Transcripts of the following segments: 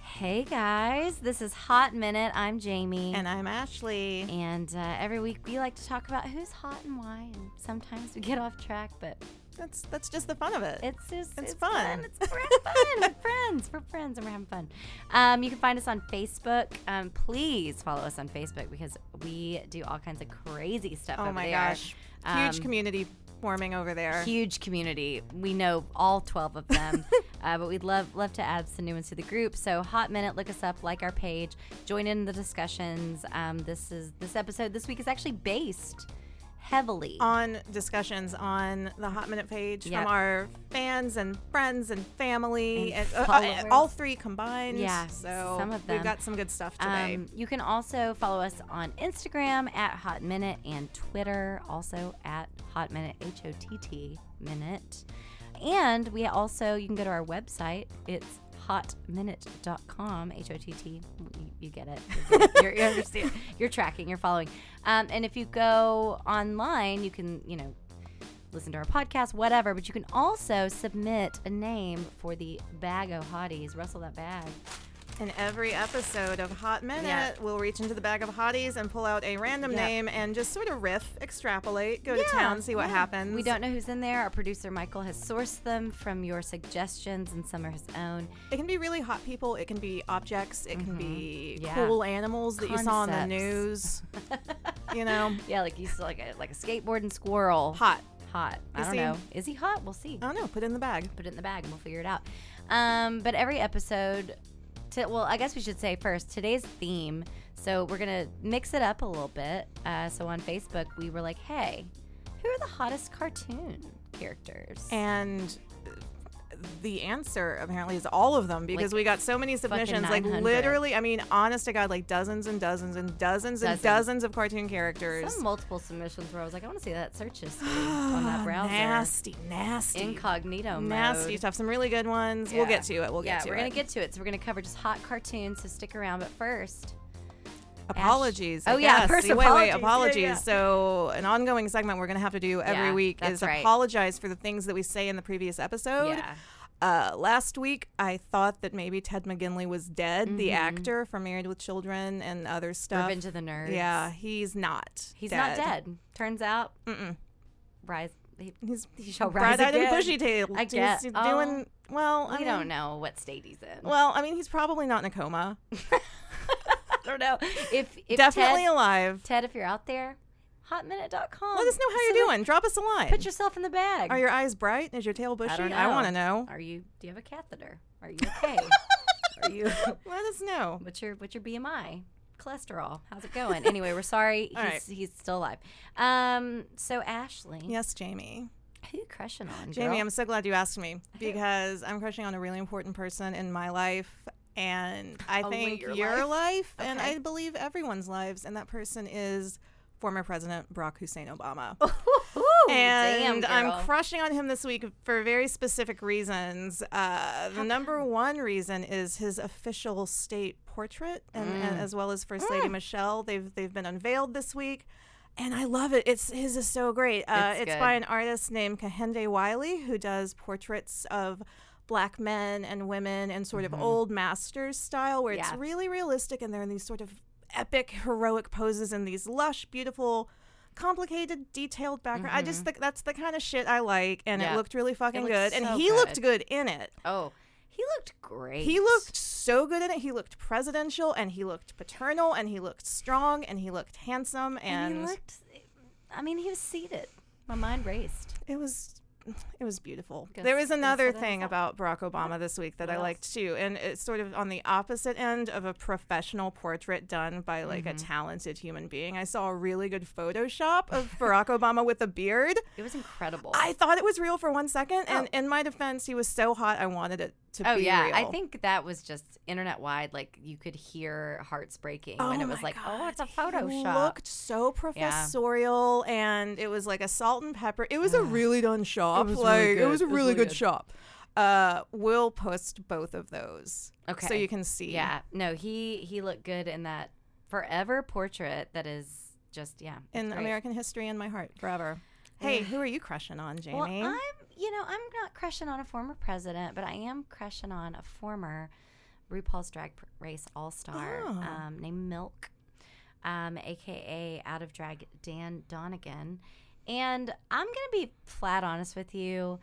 Hey guys, this is Hot Minute. I'm Jamie. And I'm Ashley. And, uh, every week we like to talk about who's hot and why. And sometimes we get off track, but That's that's just the fun of it. it's just It's fun. It's we're having fun. we're friends. We're friends and we're having fun. Um, you can find us on Facebook. Um, please follow us on Facebook because we do all kinds of crazy stuff. oh over my there. gosh. Huge Um, community forming over there. Huge community. We know all 12 of them, uh, but we'd love love to add some new ones to the group. So hot minute, look us up, like our page, join in the discussions. Um, this is this episode this week is actually based heavily. on discussions on the Hot Minute page Yep. from our fans and friends and family, And and, uh, uh, followers. all three combined. Yeah, so some of them. we've got some good stuff today. Um, you can also follow us on Instagram at Hot Minute and Twitter also at Hot Minute H O T T Minute. And we also you can go to our website. It's hotminute.com h o t t you, you get it you're, good. you're, you're, understand- you're tracking you're following um, and if you go online you can you know listen to our podcast, whatever. But you can also submit a name for the bag o' hotties. Rustle that bag. In every episode of Hot Minute, Yeah. we'll reach into the bag of hotties and pull out a random Yep. name and just sort of riff, extrapolate, go to Yeah, town, see what yeah. happens. We don't know who's in there. Our producer Michael has sourced them from your suggestions, and some are his own. It can be really hot people. It can be objects. It can be Mm-hmm. Yeah. cool animals that you saw on the Concepts. news. you know, Yeah, like he's like a like a skateboarding squirrel. hot. Oh. hot. I You don't see? know. Is he hot? We'll see. I don't know. Put it in the bag. Put it in the bag, and we'll figure it out. Um, but every episode, to, well, I guess we should say first today's theme. So we're gonna mix it up a little bit. Uh, so on Facebook, we were like, hey, who are the hottest cartoon characters? And the answer apparently is all of them because Like, we got so many submissions. Like 900. literally, I mean, honest to God, like dozens and dozens and dozens, and Dozens. dozens of cartoon characters. some multiple submissions where I was like, I want to see that search history Ah, on that browser. nasty, nasty. incognito mode. Nasty stuff. Some really good ones. We'll Yeah. get to it. We'll yeah, get to we're it. gonna get to it. So we're gonna cover just hot cartoons. So stick around. But first, Apologies. I Oh, yeah, guess. first wait, wait, apologies. apologies. Yeah, yeah. So an ongoing segment we're gonna have to do every Yeah, week that's is right. apologize for the things that we say in the previous episode. yeah, Uh, last week I thought that maybe Ted McGinley was dead, the actor from Married with Children and other stuff. Mm-hmm. Revenge of the Nerds. yeah, he's not. he's not dead. Turns out, Mm-mm. rise. He, He's he shall rise bright-eyed and again. bushy tailed. I guess. He's Oh. doing well. I We mean, don't know what state he's in. Well, I mean, he's probably not in a coma. I don't know. If, if Definitely Ted, alive. Ted, if you're out there, hotminute.com. Let us know how you're doing. Drop us a line. Put yourself in the bag. Are your eyes bright? Is your tail bushy? I don't know. want to know. Are you? Do you have a catheter? Are you okay? Are you? Let us know. What's your what's your BMI? Cholesterol. How's it going? Anyway, we're sorry. he's All he's still alive. Um. So Ashley, Yes, Jamie. who you crushing on? Girl? Jamie, I'm so glad you asked me because I'm crushing on a really important person in my life. And I Only think your your, life? life, and Okay. I believe everyone's lives, and that person is former President Barack Hussein Obama. Ooh, damn, and girl. I'm crushing on him this week for very specific reasons. Uh, the number one reason is his official state portrait, and, Mm. and as well as First Lady Michelle. They've they've been unveiled this week, and I love it. It's his is so great. Uh, It's it's good. by an artist named Kahende Wiley who does portraits of. Black men and women and sort of old masters style, where Mm-hmm. Yeah. it's really realistic, and they're in these sort of epic, heroic poses and these lush, beautiful, complicated, detailed background. I just think that's the kind of shit I like, and Yeah. Mm-hmm. it looked really fucking looked good. so and he looked good in it. Oh, he looked great. He looked so good in it. He looked presidential, and he looked paternal, and he looked strong, and he looked handsome, And and, he looked. I mean, he was seated. My mind raced. it was. It was beautiful. Good. There was Good another for them. thing about Barack Obama this week that I liked too, and it's sort of on the opposite end of a professional portrait done by like a talented human being. I saw a really good Photoshop of Barack Obama with a beard, It was incredible. I thought it was real for one second, and in my defense, he was so hot, I wanted it to oh be yeah, real. I think that was just internet wide. Like you could hear hearts breaking Oh when it my was like, oh, it's a God, He Photoshop. looked so professorial, and it was like a salt and pepper. It was a really done shop. was really like good. it was a It was really, really good, good. shop. Uh, we'll post both of those, so Okay. you can see. Yeah, no, he he looked good in that forever portrait that is just yeah. it's in great. American history in my heart forever. Hey, who are you crushing on, Jamie? Well, I'm you know I'm not crushing on a former president, but I am crushing on a former RuPaul's Drag P- Race All Star Oh. um, named Milk, um, aka Out of Drag Dan Donegan. And I'm going to be flat honest with you.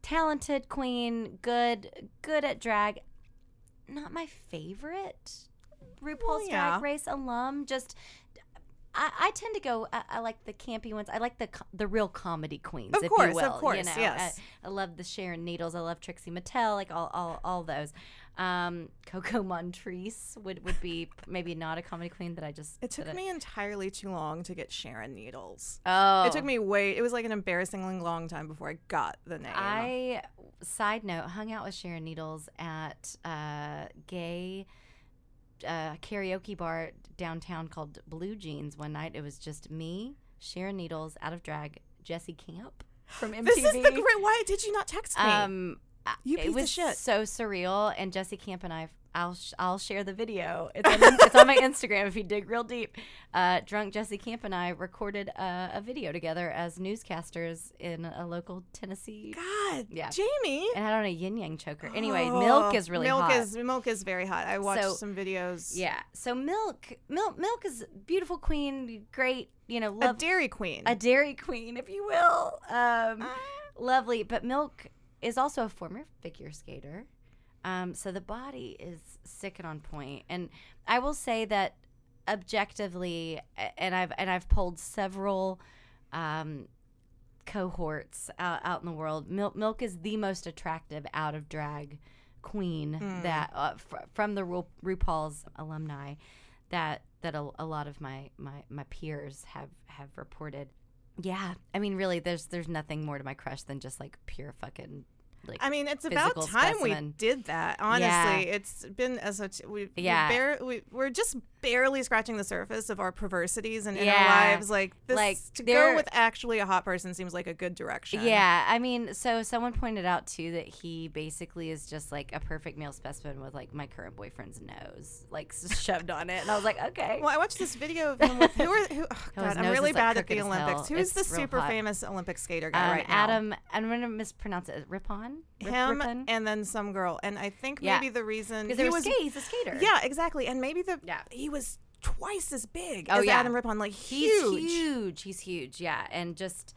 Talented queen, good, good at drag. Not my favorite RuPaul's yeah. Drag Race alum. Just I, I tend to go. I, I like the campy ones. I like the co- the real comedy queens, Of if course, you of will. you course, know. yes. I, I love the Sharon Needles. I love Trixie Mattel. Like all all, all those. Um, Coco Montrese would would be maybe not a comedy queen that I just. It took that I- me entirely too long to get Sharon Needles. Oh, It took me way. It was like an embarrassingly long time before I got the name. I side note hung out with Sharon Needles at uh, gay uh, karaoke bar downtown called Blue Jeans one night. It was just me, Sharon Needles, out of drag, Jesse Camp from MTV. this is the great. Why did you not text me? Um, I- You piece it of was shit. so surreal, and Jesse Camp and I. I'll, sh- I'll share the video. It's on, it's on my Instagram if you dig real deep. Uh, drunk Jesse Camp and I recorded a, a video together as newscasters in a local Tennessee God, yeah. Jamie. and had on a yin yang choker. Anyway, milk is really Oh, milk hot. is milk is very hot. I watched So- some videos. yeah. So milk, milk, milk is beautiful queen, great. You know, a love Dairy Queen. a dairy queen, if you will. Um, lovely, but milk is also a former figure skater. Um, so the body is sick and on point. And I will say that objectively, a- and I've and I've polled several um, cohorts out, out in the world. Milk Milk is the most attractive out of drag queen that uh, fr- from the Ru- RuPaul's alumni that that a, a lot of my, my my peers have have reported. Yeah, I mean, really, there's there's nothing more to my crush than just like pure fucking like I mean, it's about physical time we specimen. did that. Honestly, Yeah. it's been as such. We, Yeah. we bare, we, we're just barely scratching the surface of our perversities and inner Yeah. lives. Like, this, Like, to go there- with actually a hot person seems like a good direction. Yeah, I mean, so someone pointed out too that he basically is just like a perfect male specimen with like my current boyfriend's nose, like s- shoved on it, and I was like, okay. Well, I watched this video of him with who are who? Oh Oh, his God, I'm nose really is, like, bad at the crooked as hell. Olympics. Who is the It's real super hot. famous Olympic skater guy Um, right now? Adam, I'm gonna mispronounce it. Ripon, Rip, him, Ripon? and then some girl. And I think Yeah. maybe the reason because he they were was ska- he's a skater. Yeah, exactly. And maybe the Yeah. he was twice as big Oh, as yeah. Adam Rippon. Like he's huge. huge. He's huge. Yeah, and just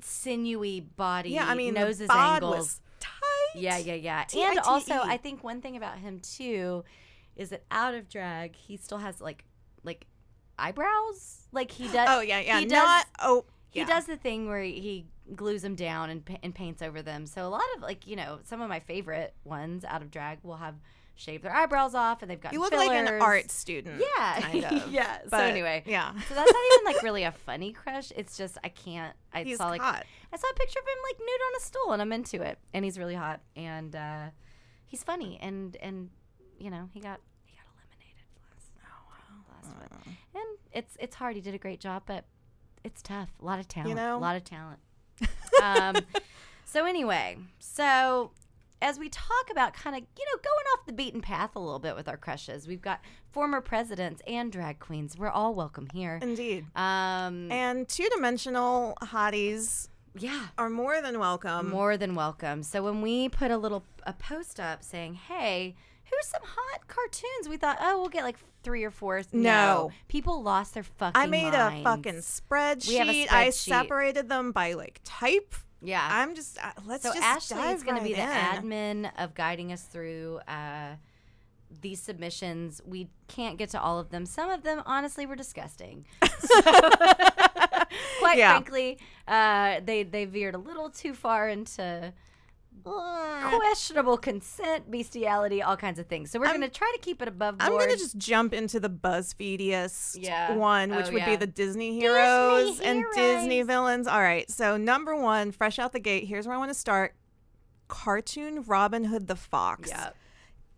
sinewy body. Yeah, I mean noses the bod angles. was tight. Yeah, yeah, yeah. And T-I-T-E. also, I think one thing about him too is that out of drag, he still has like like eyebrows. Like he does. Oh yeah, yeah. He Not does. oh He yeah. does the thing where he glues them down and, pa- and paints over them. So a lot of like you know some of my favorite ones out of drag will have shaved their eyebrows off and they've got You look like an art student. Yeah, Kind of. yeah. so But, anyway, Yeah. so that's not even like really a funny crush. It's just I can't. I He's saw like hot. I saw a picture of him like nude on a stool, and I'm into it. And he's really hot, and uh, he's funny, and and you know he got he got eliminated last Oh, last month. And it's it's hard. He did a great job, but it's tough. A lot of talent. a know? lot of talent. um, so anyway, so as we talk about kind of you know going off the beaten path a little bit with our crushes, we've got former presidents and drag queens. We're all welcome here. Indeed. Um, And two dimensional hotties yeah. are more than welcome. more than welcome. So when we put a little a post up saying, "Hey, who's some hot cartoons?" We thought, "Oh, we'll get like three or four. No. people lost their fucking. I made a minds. fucking spreadsheet. We have a I spreadsheet. separated them by like type. yeah. I'm just uh, let's so just Ashley dive is going right to be the in. admin of guiding us through uh, these submissions. We can't get to all of them. Some of them, honestly, were disgusting. So- quite Yeah. frankly, uh, they they veered a little too far into Uh, questionable consent, bestiality, all kinds of things. So we're going to try to keep it above I'm board. gonna just jump into the BuzzFeediest Yeah. one, which Oh, would be yeah. the Disney heroes and Disney heroes. villains. All right, so number one, fresh out the gate. Here's where I want to start. Cartoon Robin Hood the Fox Yep.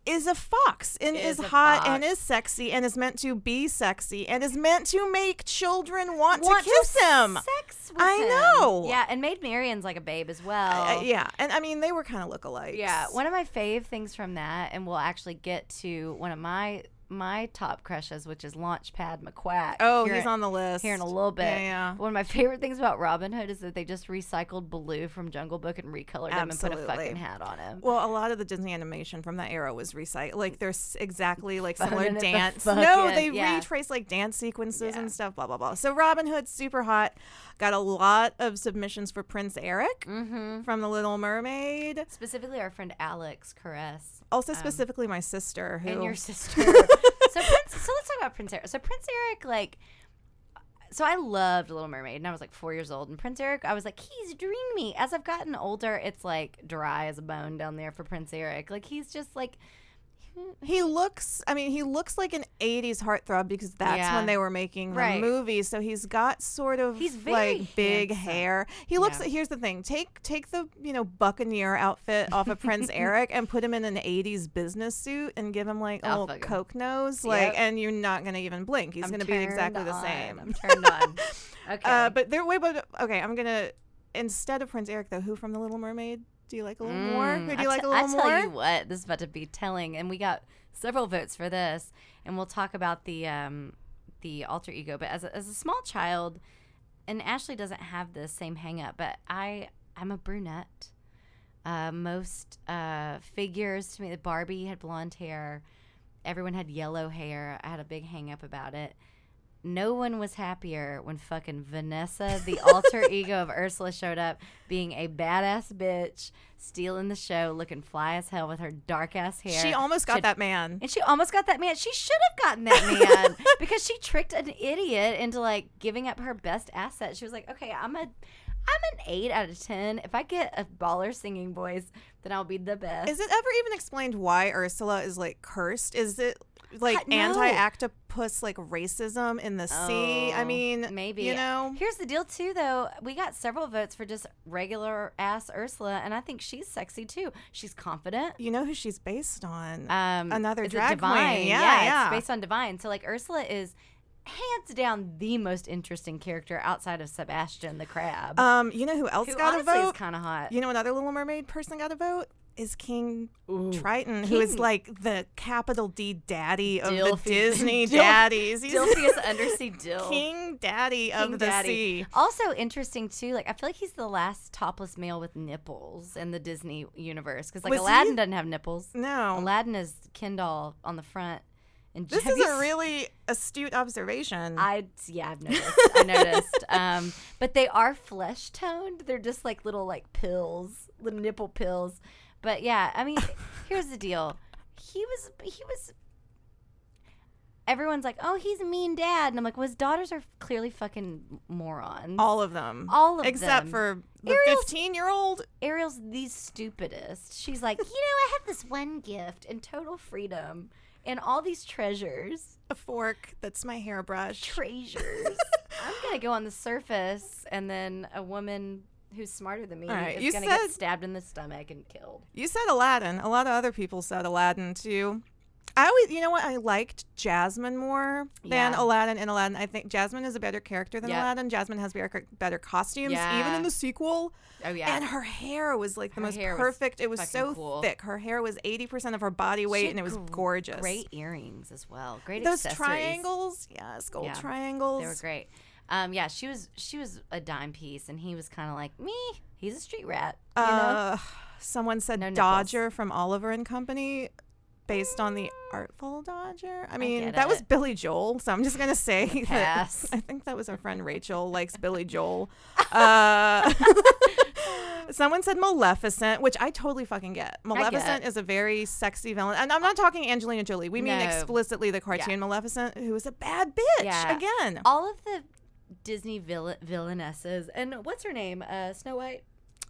is a fox and is, Is a hot fox. and is sexy and is meant to be sexy and is meant to make children want, Want to kiss him. Sex with um, I him. know. Yeah, and made Marian's like a babe as well. Uh, yeah, and I mean they were kind of lookalikes. Yeah, one of my fave things from that, and we'll actually get to one of my my top crushes, which is Launchpad McQuack. Oh, Here he's in- on the list. here in a little bit. Yeah, yeah. One of my favorite things about Robin Hood is that they just recycled Baloo from Jungle Book and recolored him and put a fucking Absolutely. hat on him. Well, a lot of the Disney animation from that era was recycled. Like there's exactly like similar Phoning at the dance. bucket, no, they yeah. retrace like dance sequences Yeah. and stuff. Blah blah blah. So Robin Hood, super hot. Got a lot of submissions for Prince Eric from The Little Mermaid. Mm-hmm. Specifically, our friend Alex Caress Also specifically my sister who Um, and your sister. so, Prince, so let's talk about Prince Eric. So Prince Eric, like, so I loved Little Mermaid, and I was like four years old. And Prince Eric, I was like, he's dreamy. As I've gotten older, it's like dry as a bone down there for Prince Eric. Like he's just like he looks. I mean, he looks like an '80s heartthrob because that's Yeah. when they were making the Right. movie. So he's got sort of He's very like big handsome. hair. He looks. Yeah. Here's the thing: take take the you know buccaneer outfit off of Prince Eric and put him in an '80s business suit and give him like a I'll little fuck him. coke nose, like, Yep. and you're not gonna even blink. He's I'm gonna be turned exactly the on. same. I'm turned on. Okay. Uh, but there. Wait, but okay, I'm gonna instead of Prince Eric though. Who from The Little Mermaid? Do you like a little more? Mm, Who do I you like te- a little I more? tell you what, this is about to be telling, and we got several votes for this, and we'll talk about the um, the alter ego. But as a, as a small child, and Ashley doesn't have the same hang up, but I I'm a brunette. Uh, most uh, figures to me, Barbie had blonde hair. Everyone had yellow hair. I had a big hang up about it. No one was happier when fucking Vanessa, the alter ego of Ursula, showed up being a badass bitch, stealing the show, looking fly as hell with her dark ass hair. She almost got Should- that man. And she almost got that man. She should have gotten that man because she tricked an idiot into like giving up her best asset. She was like, "Okay, I'm a, I'm an eight out of ten. If I get a baller singing voice, then I'll be the best." Is it ever even explained why Ursula is like cursed? Is it like Ha- no. anti octopus like racism in the sea? I Oh, mean, maybe you know. Here's the deal, too, though. We got several votes for just regular ass Ursula, and I think she's sexy too. She's confident. You know who she's based on? Um, Another is it drag queen. divine. Yeah, yeah. It's based on divine. So like Ursula is hands down the most interesting character outside of Sebastian the crab, um, you know who else who got a honestly is vote? kind of hot. You know another Little Mermaid person got a vote is King Triton, who King- is like the capital D daddy of Dilfy. the Disney Dilf- daddies. He's Dilpheus undersea Dilf. King Daddy of King the Daddy. sea. Also interesting too, like I feel like he's the last topless male with nipples in the Disney universe because like Was he- Aladdin doesn't have nipples. No, Aladdin is Kindle on the front, and this have is you a s- really astute observation. I yeah, I've noticed. I noticed. Um, but they are flesh toned. They're just like little like pills, little nipple pills. But yeah, I mean, here's the deal. He was he was. Everyone's like, oh, he's a mean dad, and I'm like, well, his daughters are clearly fucking morons. all of them. All of except them. for the Ariel's- fifteen-year-old Ariel's the stupidest. She's like, you know, I have this one gift and total freedom and all these treasures. a fork. That's my hairbrush. treasures. I'm gonna go on the surface, and then a woman who's smarter than me All right, is you gonna said- get stabbed in the stomach and killed. you said Aladdin. A lot of other people said Aladdin too. I always, you know what? I liked Jasmine more than Yeah. Aladdin and Aladdin. I think Jasmine is a better character than Yep. Aladdin. Jasmine has better, better costumes, even Yeah. in the sequel. Oh yeah, And her hair was like the Her most hair was perfect. it was fucking so cool. thick. Her hair was 80% of her body weight, and it was gorgeous. Great earrings as well. Great Those accessories. triangles, yes, gold Yeah. They were triangles. They were great. Um, yeah, she was she was a dime piece, and he was kind of like me. He's a street rat. You know? Uh, someone said No nipples. Dodger from Oliver and Company based on the Artful Dodger. I mean, get that was it. Billy Joel, so I'm just going to say that Pass. I think that was our friend Rachel likes Billy Joel. Uh, someone said Maleficent, which I totally fucking get. Maleficent is a very sexy villain. And I'm not talking Angelina Jolie. We mean No. explicitly the cartoon Maleficent, who is a bad bitch Yeah. again. All of the Disney vill- villainesses, and what's her name? Uh, Snow White.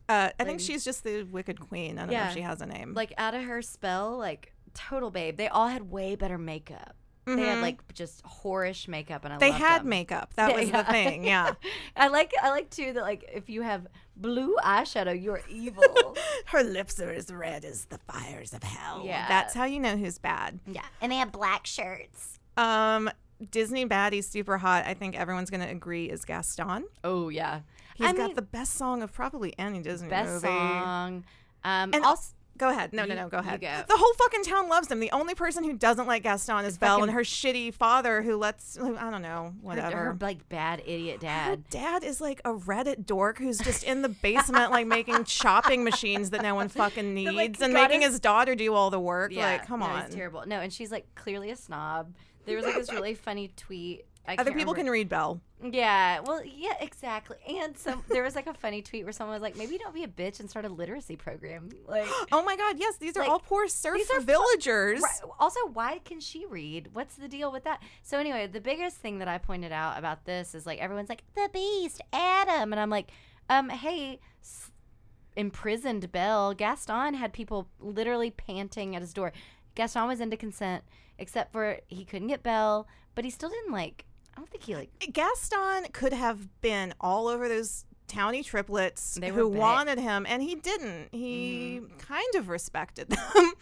Uh, I think Lady. she's just the Wicked Queen. I don't know Yeah. if she has a name. like out of her spell, like total babe. They all had way better makeup. They had like just whorish makeup, and I Mm-hmm. they loved had them. makeup. That was yeah. the thing. Yeah. I like I like too that like if you have blue eyeshadow, you're evil. Her lips are as red as the fires of hell. Yeah. That's how you know who's bad. yeah, and they had black shirts. Um, Disney baddie super hot. I think everyone's gonna agree is Gaston. Oh yeah, He's I got mean, the best song of probably any Disney best movie. song. Um, And also Go ahead. No, no, You- no. Go you ahead. go. The whole fucking town loves him. The only person who doesn't like Gaston is Belle and fucking- her shitty father, who lets who- I don't Her, know whatever. her like bad idiot Her dad. dad is like a Reddit dork who's just in the basement, like making chopping machines that no one fucking needs, That, like, and got making his- his... daughter do all the work. Yeah, like, come no, on. he's terrible. No, and she's like clearly a snob. There was like this really funny tweet. I Other can't people remember- can read Belle. Yeah, well, yeah, exactly. And some there was like a funny tweet where someone was like, "Maybe don't be a bitch and start a literacy program." Like, Oh my God! Yes, these are Like, all poor serf these are fu- villagers. Right. Also, why can she read? What's the deal with that? So anyway, the biggest thing that I pointed out about this is like everyone's like the beast, Adam, and I'm like, um, hey, s- imprisoned Belle. Gaston had people literally panting at his door. Gaston was into consent, except for he couldn't get Belle, but he still didn't like. I don't think he like. uh, Gaston could have been all over those towny triplets They were who big. Mm-hmm. wanted him, and he didn't. He kind of respected them.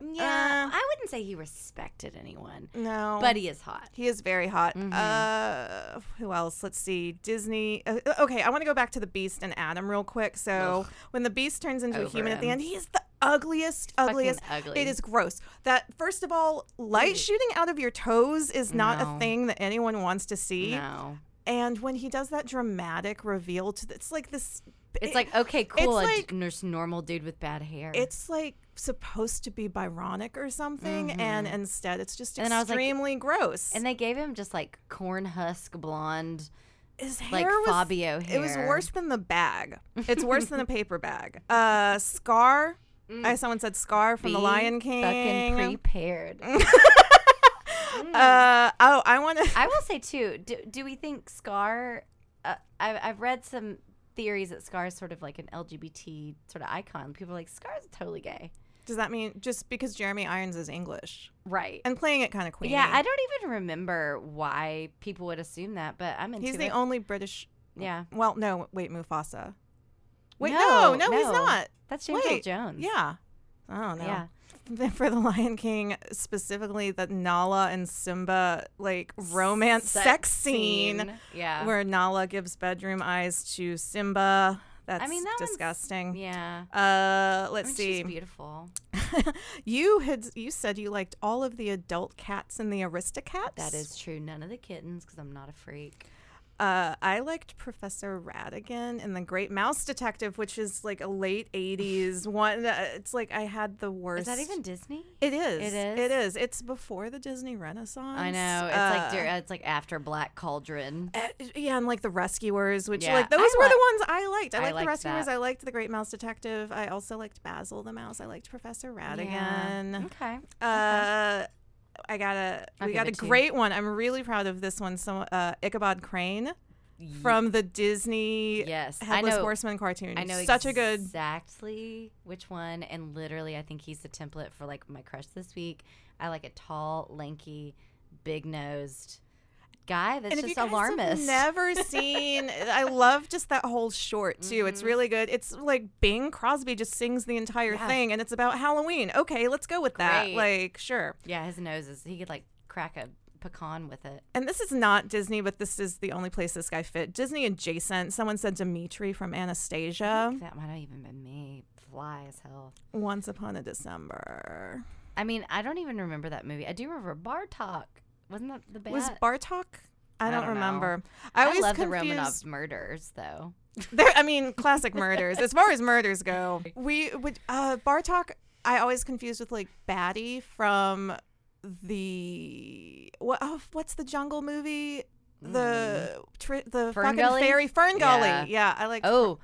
Yeah, Uh, I wouldn't say he respected anyone, no, but he Mm-hmm. is hot. He is very hot. Uh, who else? Let's see. Disney. Uh, okay, I want to go back to the Beast and Adam real quick. So when the Beast turns into a Over human at the him. end, he is the ugliest, ugliest. ugly. It is gross. That first of all, light shooting out of your toes is not No. a thing that anyone wants to see. No, And when he does that dramatic reveal to, the, it's like this. it's it- like okay, cool, a like- d- nurse normal dude with bad hair. it's like supposed to be Byronic or something, and instead it's just Mm-hmm. And I was like- extremely gross. And they gave him just like corn husk blonde. His hair like, was, Fabio It was hair. worse than the bag. It's worse than a paper bag. Uh, Scar. I someone said Scar from The Mm. Be Lion King. Fucking prepared. uh, oh, I want to. I will say too. Do, do we think Scar? Uh, I, I've read some theories that Scar is sort of like an LGBT sort of icon. People are like Scar's totally gay. Does that mean just because Jeremy Irons is English Right. and playing it kind of queeny? yeah, I don't even remember why people would assume that, but I'm into he's it. the only British. yeah. Well, no, wait, Mufasa. Wait, No, no, no, he's no. not. That's James Earl Wait, Jones. Yeah. I don't know. Yeah. for the Lion King, specifically the Nala and Simba like romance sex, scene, Yeah. where Nala gives bedroom eyes to Simba. That's mean, that one's- disgusting. yeah. Uh, let's I mean, she's see. beautiful. you had you said you liked all of the adult cats and the Aristocats. That is true. None of the kittens, because I'm not a freak. Uh, I liked Professor Radigan and the Great Mouse Detective, which is like a late '80s one. Uh, It's like I had the Is worst. that even Disney? It is. It It is. It's before the Disney Renaissance. I know. It's Uh, like dur- it's like after Black Cauldron. uh, yeah, and like the Rescuers, which Yeah, like I those were li- the ones I liked. I I liked liked the Rescuers. that. I liked the Great Mouse Detective. I also liked Basil the Mouse. I liked Professor Radigan. Okay. Uh, I got a I'll we give got a it to you. great one. I'm really proud of this one. Some uh, Ichabod Crane from the Disney Yes, I Headless know- Horseman cartoon. I know such a good. exactly which one, and literally, I think he's the template for like my crush this week. I like a tall, lanky, big nosed guy that's And if just you guys alarmist. have never seen, I love just that whole short too. It's really good. It's like Bing Crosby just sings the entire Mm-hmm. Yeah. thing, and it's about Halloween. Okay, let's go with that. Great. Like, sure. yeah, his nose is. He could like crack a pecan with it. And this is not Disney, but this is the only place this guy fit. Disney adjacent. Someone said Dimitri from I Anastasia. think that might have even been me. Fly as hell. Once upon a December. I mean, I don't even remember that movie. I do remember Bar Talk. Wasn't that the band? Was Bartok? I I don't, don't know. remember. I, I always love confuse. the Romanov murders, though. There, I mean, classic murders. As far as murders go, we would uh, Bartok. I always confused with like Batty from the what? Oh, what's the jungle movie? The tri- the fucking Ferngully? fairy Mm. Ferngully. Yeah. Yeah. I like. Oh,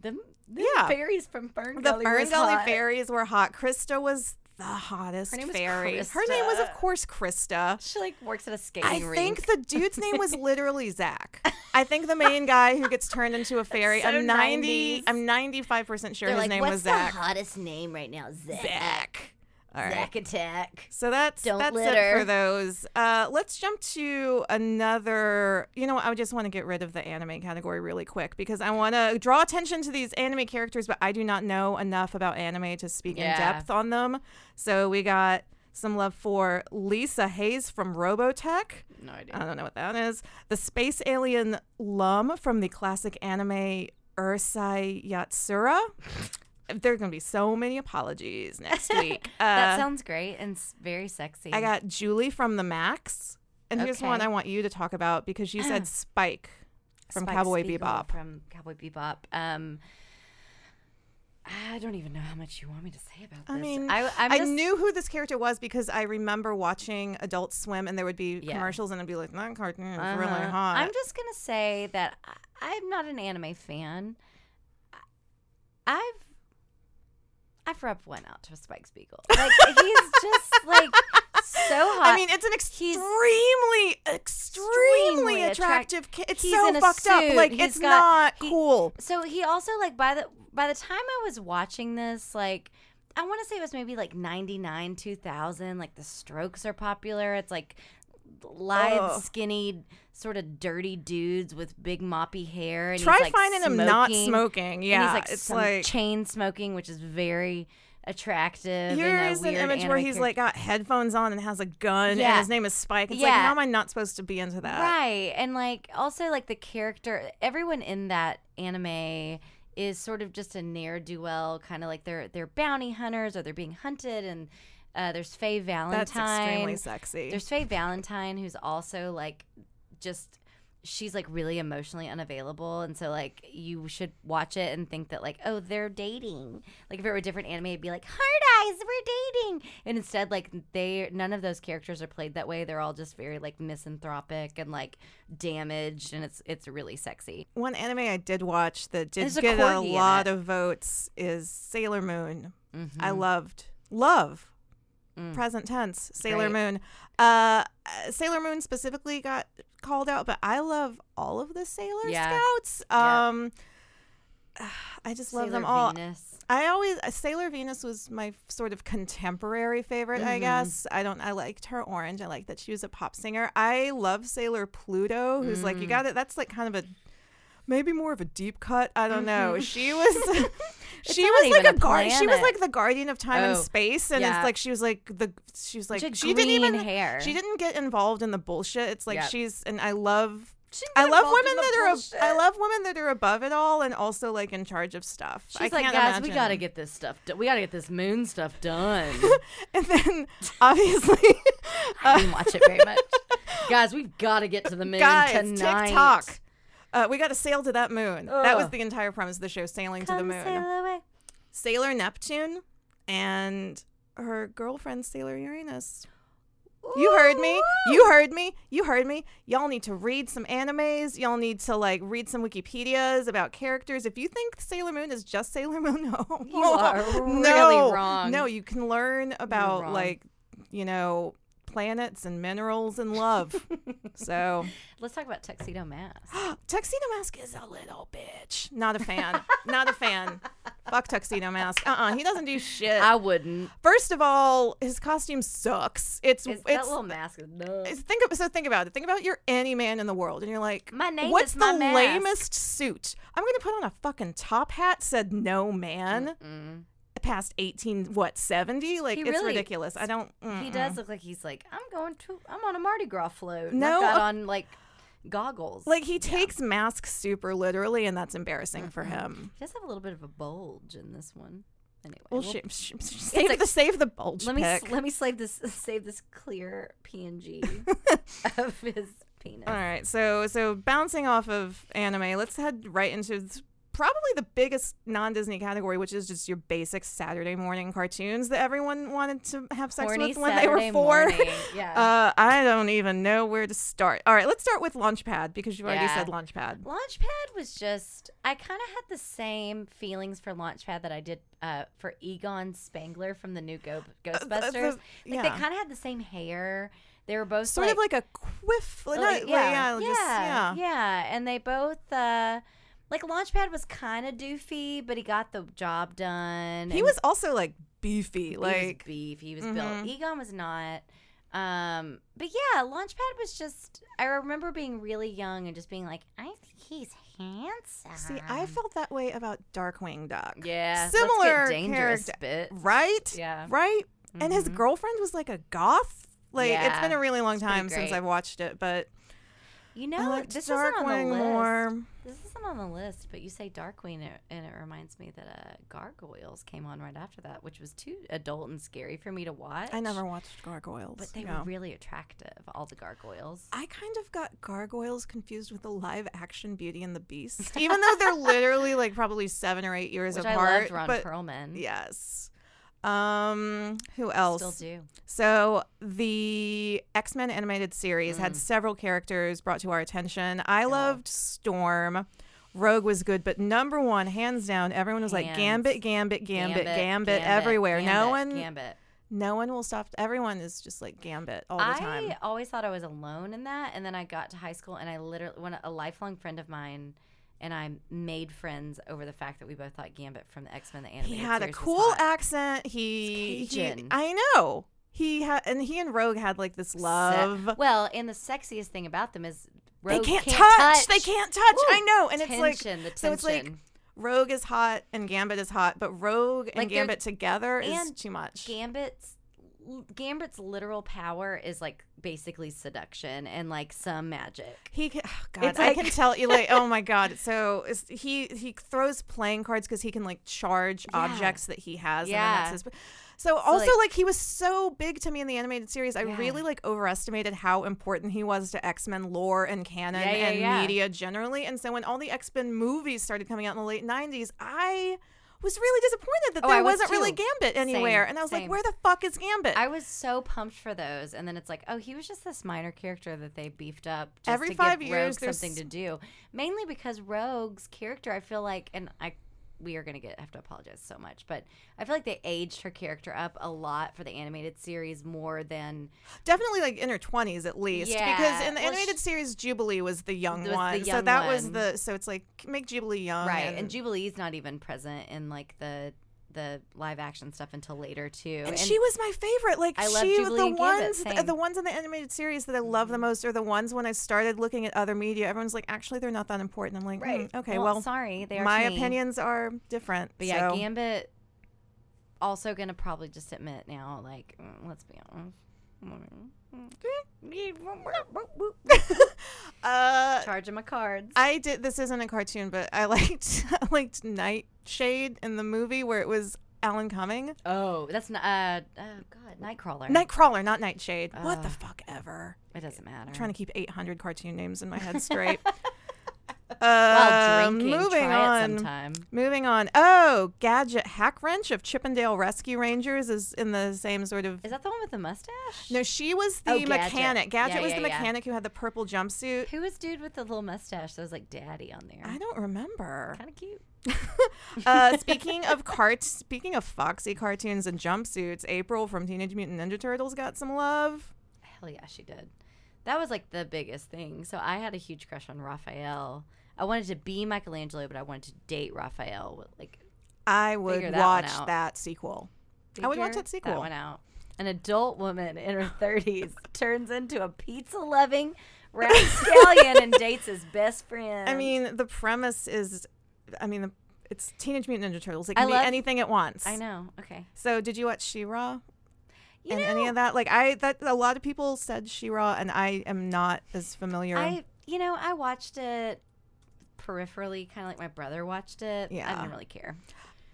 the, the Yeah. fairies from Ferngully. the was Ferngully hot. fairies were hot. Krista was the hottest Her name was fairy. Her name was, of Krista. course, Krista. She like works at a skating I rink. think the dude's name was literally Zach. I think the main guy who gets turned into a fairy. so I'm 90. 90s. I'm 95 percent sure They're his like, name what's was Zach. the hottest name right now? Zach. Zach. All right. Zach Attack. So that's Don't that's it litter. for those. Uh, let's jump to another. You know, what, I just want to get rid of the anime category really quick because I want to draw attention to these anime characters, but I do not know enough about anime to speak in Yeah. depth on them. So we got some love for Lisa Hayes from Robotech. No I don't know what that is. The space alien Lum from the classic anime Ursai Yatsura. there are going to be so many apologies next week. Uh, that sounds great and s- very sexy. I got Julie from the Max. And here's Okay. one I want you to talk about because you said Spike from Spike Cowboy Spiegel Bebop. From Cowboy Bebop. Um, I don't even know how much you want me to say about this. I mean, I, I, I'm just- knew who this character was because I remember watching Adult Swim, and there would be Yeah. commercials, and I'd be like, "That cartoon is really Uh-huh. hot." I'm just gonna say that I, I'm not an anime fan. I, I've I've rubbed one out to Spike Spiegel. Like he's just like so hot. I mean, it's an He's extremely, extremely extremely attract- attractive. Ki- it's he's so in a fucked up. suit, Like, he's it's got- not he- cool. so he also like by the by the time I was watching this, like I want to say it was maybe like ninety nine two thousand. Like the Strokes are popular. It's like lithe, Ugh. skinny, sort of dirty dudes with big moppy hair. And Try he's, like, finding him not smoking. smoking. Yeah, and he's like it's some like chain smoking, which is very attractive. in a Here's an weird image anime where he's character. like got headphones on and has a gun, Yeah. and his name is Spike. It's like, Yeah. how am I not supposed to be into that? right, and like also like the character, everyone in that anime is sort of just a ne'er do well, kind of like they're they're bounty hunters or they're being hunted, and uh, there's Faye Valentine. That's extremely sexy. There's Faye Valentine, who's also like just she's like really emotionally unavailable and so like you should watch it and think that like oh they're dating like if it were a different anime it'd be like hard eyes we're dating and instead like they none of those characters are played that way they're all just very like misanthropic and like damaged and it's it's really sexy One anime I did watch that did There's a get a corgi in lot it. of votes is Sailor Moon. Mhm. I loved love. Mm. Present tense, Sailor Great. Moon. Uh, uh, Sailor Moon specifically got called out, but I love all of the Sailor Yeah. Scouts. Yeah. Um, I just love Sailor them all. Venus. I always uh, Sailor Venus was my f- sort of contemporary favorite, I Mm-hmm. guess. I don't. I liked her orange. I liked that she was a pop singer. I love Sailor Pluto, who's Mm. like you got it. That's like kind of a maybe more of a deep cut. I don't know. She was. Mm-hmm. She not was like even a a guard. She was planet. like the guardian of time and Oh, space, and yeah. it's like she was like the she was like had she didn't green even hair. she didn't get involved in the bullshit. It's like Yep. she's and I love She didn't I get love involved women in the that are bullshit. I love women that are above it all and also like in charge of stuff. I She's like, can't guys, imagine. we gotta get this stuff. Do- we gotta get this moon stuff done. And then obviously, I didn't watch it very much. Guys, we've got to get to the moon guys, tonight. TikTok. Uh, we got to sail to that moon. That was Ugh. the entire premise of the show, sailing Come to the moon. sail away. Sailor Neptune and her girlfriend Sailor Uranus. You heard me. You heard me. You heard me. Y'all need to read some animes. Y'all need to like read some Wikipedias about characters. If you think Sailor Moon is just Sailor Moon, no, You are no. really wrong. No, you can learn about wrong. like you know planets and minerals and love. so Let's talk about Tuxedo Mask. Tuxedo Mask is a little bitch. Not a fan. Not a fan. Fuck Tuxedo Mask. Uh uh He doesn't do shit. I wouldn't. First of all, his costume sucks. It's It's, it's. that little mask is nuts. it's- think of, so think about it. Think about you're any man in the world, and you're like, My name What's is my the mask." lamest suit? I'm gonna put on a fucking top hat. Said no man. Mm. Past 18, what 70? Like He it's really- ridiculous. I don't. Mm. He mm-mm. does look like he's like, I'm going to, I'm on a Mardi Gras float. No, No. I've got uh, on like goggles. Like he takes masks super literally, and that's embarrassing for him. he does have a little bit of a bulge in this one. Anyway. Well, we'll- sh- sh- sh- save like- the save the bulge let me s- pic. let me save this save this clear PNG of his penis. All right, so so bouncing off of anime, let's head right into th- probably the biggest non-Disney category, which is just your basic Saturday morning cartoons that everyone wanted to have sex Horny with when they Saturday were four. morning. Yeah. Uh, I don't even know where to start. All right, let's start with Launchpad because you already Yeah. said Launchpad. Launchpad was just I kind of had the same feelings for Launchpad that I did uh, for Egon Spangler from the new Uh, Go- Ghostbusters. the- like they yeah. kind of had the same hair. They were both Sort like, of like a quiff, like, like, not, yeah, yeah, just, yeah. yeah. and they both uh, like Launchpad was kind of doofy, but he got the job done. He and was also like beefy, he was like beef. He was Mhm. built. Egon was not. Um, but yeah, Launchpad was just. I remember being really young and just being like, I think he's handsome. See, I felt that way about Darkwing Duck. yeah similar let's get dangerous character- bit. Right? Yeah. mm-hmm. Right? And his girlfriend was like a goth. Like it's Yeah. been a really long time pretty since great. I've watched it, but You know, I like this isn't on Darkwing the list. more. This isn't on the list, but you say Darkwing, and it- and it reminds me that uh, Gargoyles came on right after that, which was too adult and scary for me to watch. I never watched Gargoyles. But they no. were really attractive, all the gargoyles. I kind of got gargoyles confused with the live action Beauty and the Beast, even though they're literally like probably seven or eight years Which apart. I loved Ron but Perlman. yes, um, who else? Still do. So the X Men animated series Mm. had several characters brought to our attention. I loved Storm. Rogue was good, but number one, hands down, everyone was like Hands. Gambit, Gambit, Gambit, Gambit, everywhere. Gambit, no one, Gambit. no one will stop. Everyone is just like Gambit all the time. I always thought I was alone in that, and then I got to high school, and I literally, when a lifelong friend of mine and I made friends over the fact that we both thought Gambit from the X Men the he animated had a series was cool hot. accent. He, It's he- Cajun. I know. He had, and he and Rogue had like this Se- love. well, and the sexiest thing about them is they Rogue can't, touch. touch. They can't touch. I Woo! know. And it's like Tension, the so it's like tension. Rogue is hot and Gambit is hot, but Rogue and Like, they're- Gambit together is and too much. Gambit's Gambit's literal power is like basically seduction and like some magic. he can, oh God, It's I like- can tell you like oh my God. So it's, he he throws playing cards because he can like charge Yeah. objects that he has. Yeah. And that's his, so also like- like, he was so big to me in the animated series. I Yeah. really like overestimated how important he was to X Men lore and canon Yeah, yeah, and yeah. media generally. And so when all the X Men movies started coming out in the late '90s, I was really disappointed that Oh, there I was wasn't really too. Gambit anywhere. and I was same. like, where the fuck is Gambit? I was so pumped for those, and then it's like, oh, he was just this minor character that they beefed up just Every to five give years, Rogue there's- something to do. Mainly because Rogue's character, I feel like, and I, we are gonna get have to apologize so much, but I feel like they aged her character up a lot for the animated series more than definitely like in her 20s at least because Yeah. in the Well, animated series jubilee was the young was the one so young that was one. the so it's like make jubilee young right. And, Jubilee's not even present in like the the live action stuff until later too. and she was my favorite like I love she Jubilee the and Gambit, ones same. Mm-hmm. the ones in the animated series that i love the most are the ones when i started looking at other media everyone's like actually they're not that important i'm like right. Mm, okay well, sorry, they are my to me. opinions are different But yeah, so. Gambit also gonna probably just admit now, like, mm, let's be honest. uh Charging my cards. I did. This isn't a cartoon, but I liked I liked Nightshade in the movie where it was Alan Cumming. oh, that's not. Uh, oh God, Nightcrawler. Nightcrawler, not Nightshade. what the Ah. fuck ever. it doesn't matter. I'm trying to keep 800 cartoon names in my head straight. uh, While drinking, moving try it on. sometime. Moving on. Oh, Gadget Hack Wrench of Chippendale Rescue Rangers is in the same sort of. Is that the one with the mustache? No, she was the Oh, Gadget. mechanic. Gadget Yeah, was yeah, the yeah. mechanic who had the purple jumpsuit. Who was dude with the little mustache that was like daddy on there? I don't remember. Kind of cute. uh, speaking of cart, speaking of foxy cartoons and jumpsuits, April from Teenage Mutant Ninja Turtles got some love. Hell yeah, she did. That was like the biggest thing. So I had a huge crush on Raphael. I wanted to be Michelangelo, but I wanted to date Raphael. Like, I would Figure that one watch out. that sequel. I would watch figure that sequel. one out. An adult woman in her 30s turns into a pizza loving rapscallion and dates his best friend. I mean, the premise is, I mean, the, it's Teenage Mutant Ninja Turtles. It I can be love- anything it wants. I know. Okay. So, did you watch She-Ra You and know, any of that? Like, I that a lot of people said She-Ra, and I am not as familiar. I, you know, I watched it peripherally, kind of like my brother watched it. I Yeah. didn't really care.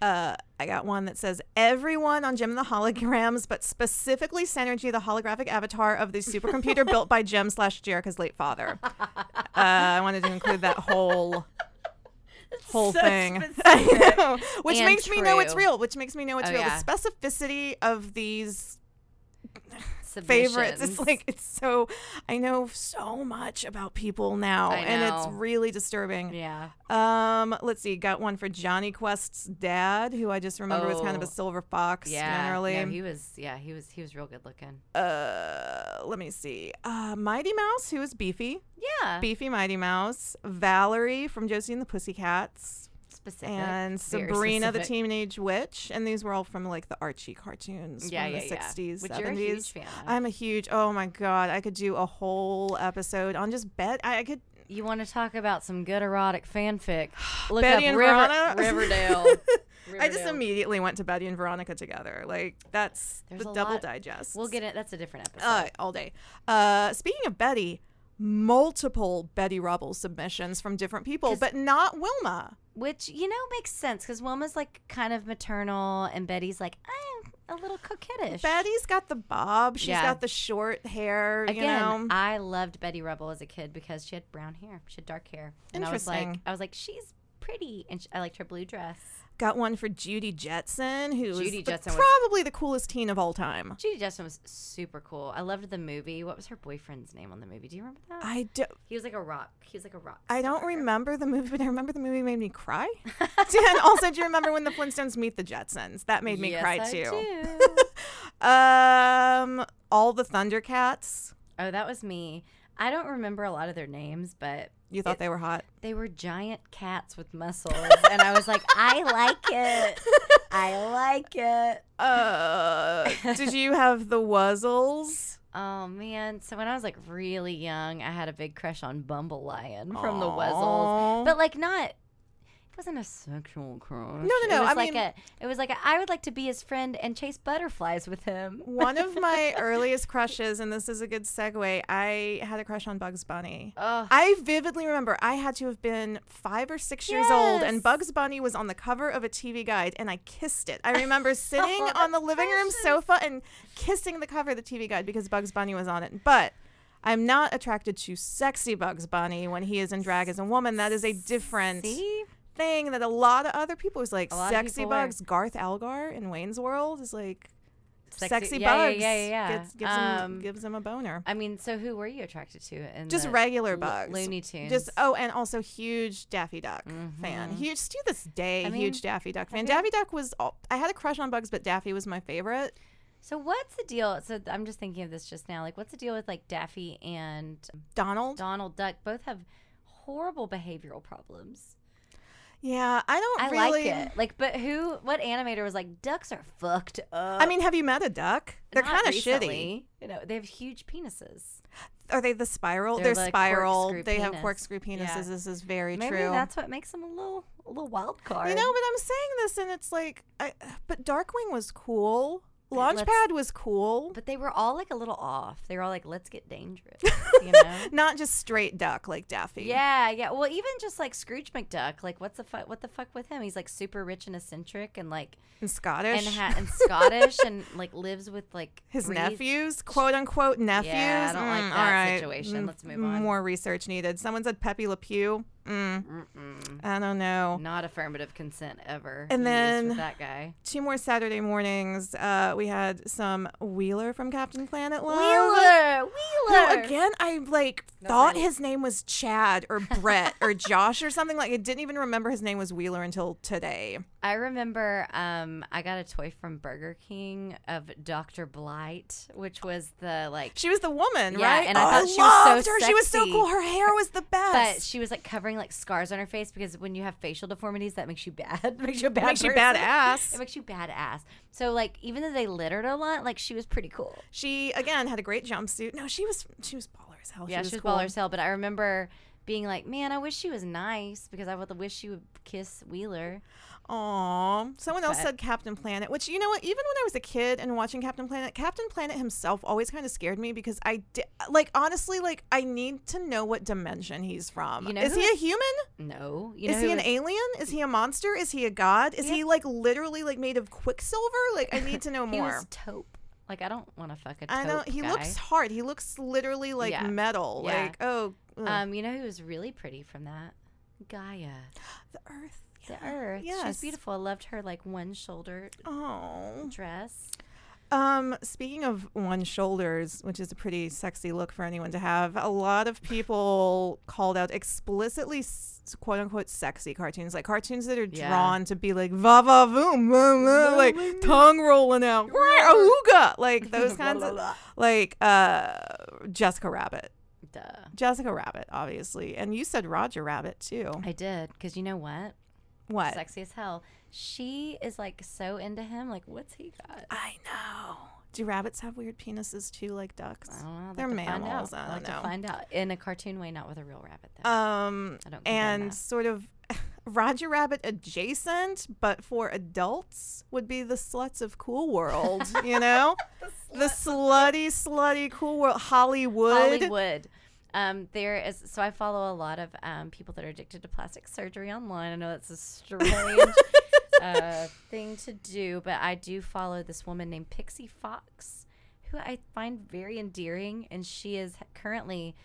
uh, I got one that says everyone on Jim and the Holograms, but specifically Synergy, the holographic avatar of the supercomputer built by Jim slash Jerica's late father. Uh, I wanted to include that whole whole so thing, specific I know. which and makes me know it's true. real. Which makes me know it's Oh, real. yeah. The specificity of these favorites. It's Submissions. like it's so. I know so much about people now, I and it's know. really disturbing. yeah. Um, let's see. Got one for Johnny Quest's dad, who I just remember was kind of Oh. a silver fox Yeah. generally. No, he was, yeah, he was, he was real good looking. uh, let me see. Uh, Mighty Mouse, who is beefy, Yeah. beefy Mighty Mouse. Valerie from Josie and the Pussycats, specific. and Very Sabrina the specific. Teenage Witch, and these were all from like the Archie cartoons Yeah, from yeah, the yeah. sixties, Which you're a huge seventies. fan of. I'm a huge. Oh my god, I could do a whole episode on just bet. I, I could. You want to talk about some good erotic fanfic? Look Betty up and River- Verona? Riverdale. I just Riverdale. immediately went to Betty and Veronica together. Like that's There's the a double lot- digest. We'll get it. That's a different episode. uh, all day. Uh, speaking of Betty, multiple Betty Rubble submissions from different people, 'Cause- but not Wilma. Which, you know, makes sense because Wilma's like kind of maternal and Betty's like, I'm a little coquettish. Betty's got the bob. She's Yeah. got the short hair. Again, you know, I loved Betty Rubble as a kid because she had brown hair. She had dark hair. And I was like, Interesting. I was like, she's pretty. And sh I liked her blue dress. got one for Judy Jetson, who was Judy the- Jetson was- probably the coolest teen of all time. Judy Justin was super cool. I loved the movie. What was her boyfriend's name on the movie? Do you remember that? I do. He was like a rock. He was like a rock. I don't star. remember the movie, but I remember the movie made me cry. and also, do you remember when the Flintstones meet the Jetsons? That made me Yes, cry I too. do. Um, all the Thundercats. oh, that was me. I don't remember a lot of their names, but You thought they were hot. they were giant cats with muscles. and I was like, I like it. I like it. Uh, did you have the Wuzzles? Oh man! So when I was like really young, I had a big crush on Bumble Lion from the Wuzzles, Aw. but like not. It wasn't a sexual crush. no, It no, was I like mean- a. It was like a, I would like to be his friend and chase butterflies with him. One of my earliest crushes, and this is a good segue, I had a crush on Bugs Bunny. Ugh. I vividly remember I had to have been five or six years old, Yes. and Bugs Bunny was on the cover of a TV guide, and I kissed it. I remember sitting Oh, on the living room precious. sofa and kissing the cover of the TV guide because Bugs Bunny was on it. But I'm not attracted to sexy Bugs Bunny when he is in drag as a woman. That is a different See, thing that a lot of other people is like A lot of sexy people were. bugs. Garth Algar in Wayne's World is like sexy, yeah, yeah, bugs. Yeah, yeah, yeah. Gets, gives, him, Um, gives him a boner. I mean, so who were you attracted to? In Just the regular Lo- bugs. Looney Tunes. Just oh, and also huge Daffy Duck fan. Mhm. Huge to this day, I mean, huge Daffy Duck fan. think- Daffy Duck was all, I had a crush on Bugs, but Daffy was my favorite. So what's the deal? So I'm just thinking of this just now. Like, what's the deal with like Daffy and Donald. Donald Duck? Both have horrible behavioral problems. yeah, I don't I really. like it. Like, but who? What animator was like, ducks are fucked up. I mean, have you met a duck? They're Not kind of shitty. recently. You know, they have huge penises. Are they the spiral? They're They're, the spiral. corkscrew They have penis. corkscrew penises. Yeah. This is very Maybe true. that's what makes them a little, a little wild card. You know, but I'm saying this, and it's like, I, but Darkwing was cool. But let's- Launchpad was cool. but they were all like a little off. They were all like, let's get dangerous. You know. Not just straight duck like Daffy. Yeah, yeah. Well, even just like Scrooge McDuck, like what's the fuck? What the fuck with him? He's like super rich and eccentric, and like And Scottish. and ha- and Scottish, and like lives with like His three- nephews, quote unquote nephews. Yeah, I don't like Mm, that all right. situation. Mm, Let's move on. More research needed. Someone said Pepe Le Pew. Mm, Mm-mm. I don't know. Not affirmative consent ever. And used then- with that guy. Two more Saturday mornings. Uh, we had some Wheeler from Captain Planet Love. Wheeler, Wheeler. Who again? I like No thought idea. his name was Chad or Brett or Josh or something. Like I didn't even remember his name was Wheeler until today. I remember um, I got a toy from Burger King of Dr. Blight, which was the like, She was the woman, Yeah, right? and I thought she was so loved her. She was so sexy. cool. Her hair was the best. but she was like covering like scars on her face because when you have facial deformities, that makes you bad. makes you a bad. makes you person. badass. It makes you badass. So like, even though they littered a lot, like she was pretty cool. she again had a great jumpsuit. No, she was she was baller as hell. yeah, she was cool. baller as hell. But I remember being like, man, I wish she was nice because I would wish she would kiss Wheeler. Aw. Someone else But- said Captain Planet, which you know what? Even when I was a kid and watching Captain Planet, Captain Planet himself always kind of scared me because I di- like honestly like I need to know what dimension he's from. You know is who he a human? No, you know is who he an was- alien? Is he a monster? Is he a god? Is Yeah. he like literally like made of quicksilver? Like I need to know He more. was taupe. Like I don't want to fuck a taupe I don't. He guy. looks hard. He looks literally like Yeah. metal. Yeah. Like oh, ugh. Um, you know who was really pretty from that? Gaia, the Earth. the Earth. She was Yes. beautiful. I loved her like one shoulder Oh. dress. Um, speaking of one shoulders, which is a pretty sexy look for anyone to have, a lot of people called out explicitly s- quote unquote sexy cartoons, like cartoons that are Yeah. drawn to be like va va voom, voom, voom, like tongue rolling out, ooga, like those kinds of like uh Jessica Rabbit. Duh. Jessica Rabbit, obviously. And you said Roger Rabbit too. I did because you know what? What? Sexy as hell. She is like so into him. Like, what's he got? I know. Do rabbits have weird penises too, like ducks? I don't know. I'd They're like to find mammals. out. I I'd like don't know. To find out in a cartoon way, not with a real rabbit. Though. Um, I don't condone and that. sort of Roger Rabbit adjacent, but for adults would be the sluts of Cool World, you know? the slutty, slutty Cool World, Hollywood. Hollywood. Um, there is so I follow a lot of um, people that are addicted to plastic surgery online. I know that's a strange uh, thing to do, but I do follow this woman named Pixie Fox, who I find very endearing, and she is currently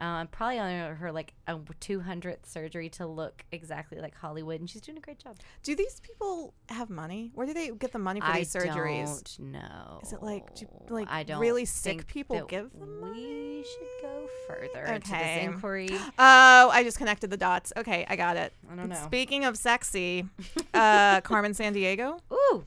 um, probably on her like a 200th surgery to look exactly like Hollywood, and she's doing a great job. Do these people have money? Where do they get the money for these I surgeries? don't know. Is it like do, like I don't really sick think people that give them We should go further into Okay. this inquiry. Oh, I just connected the dots. Okay, I got it. I don't know. Speaking of sexy, uh, Carmen San Diego, Ooh,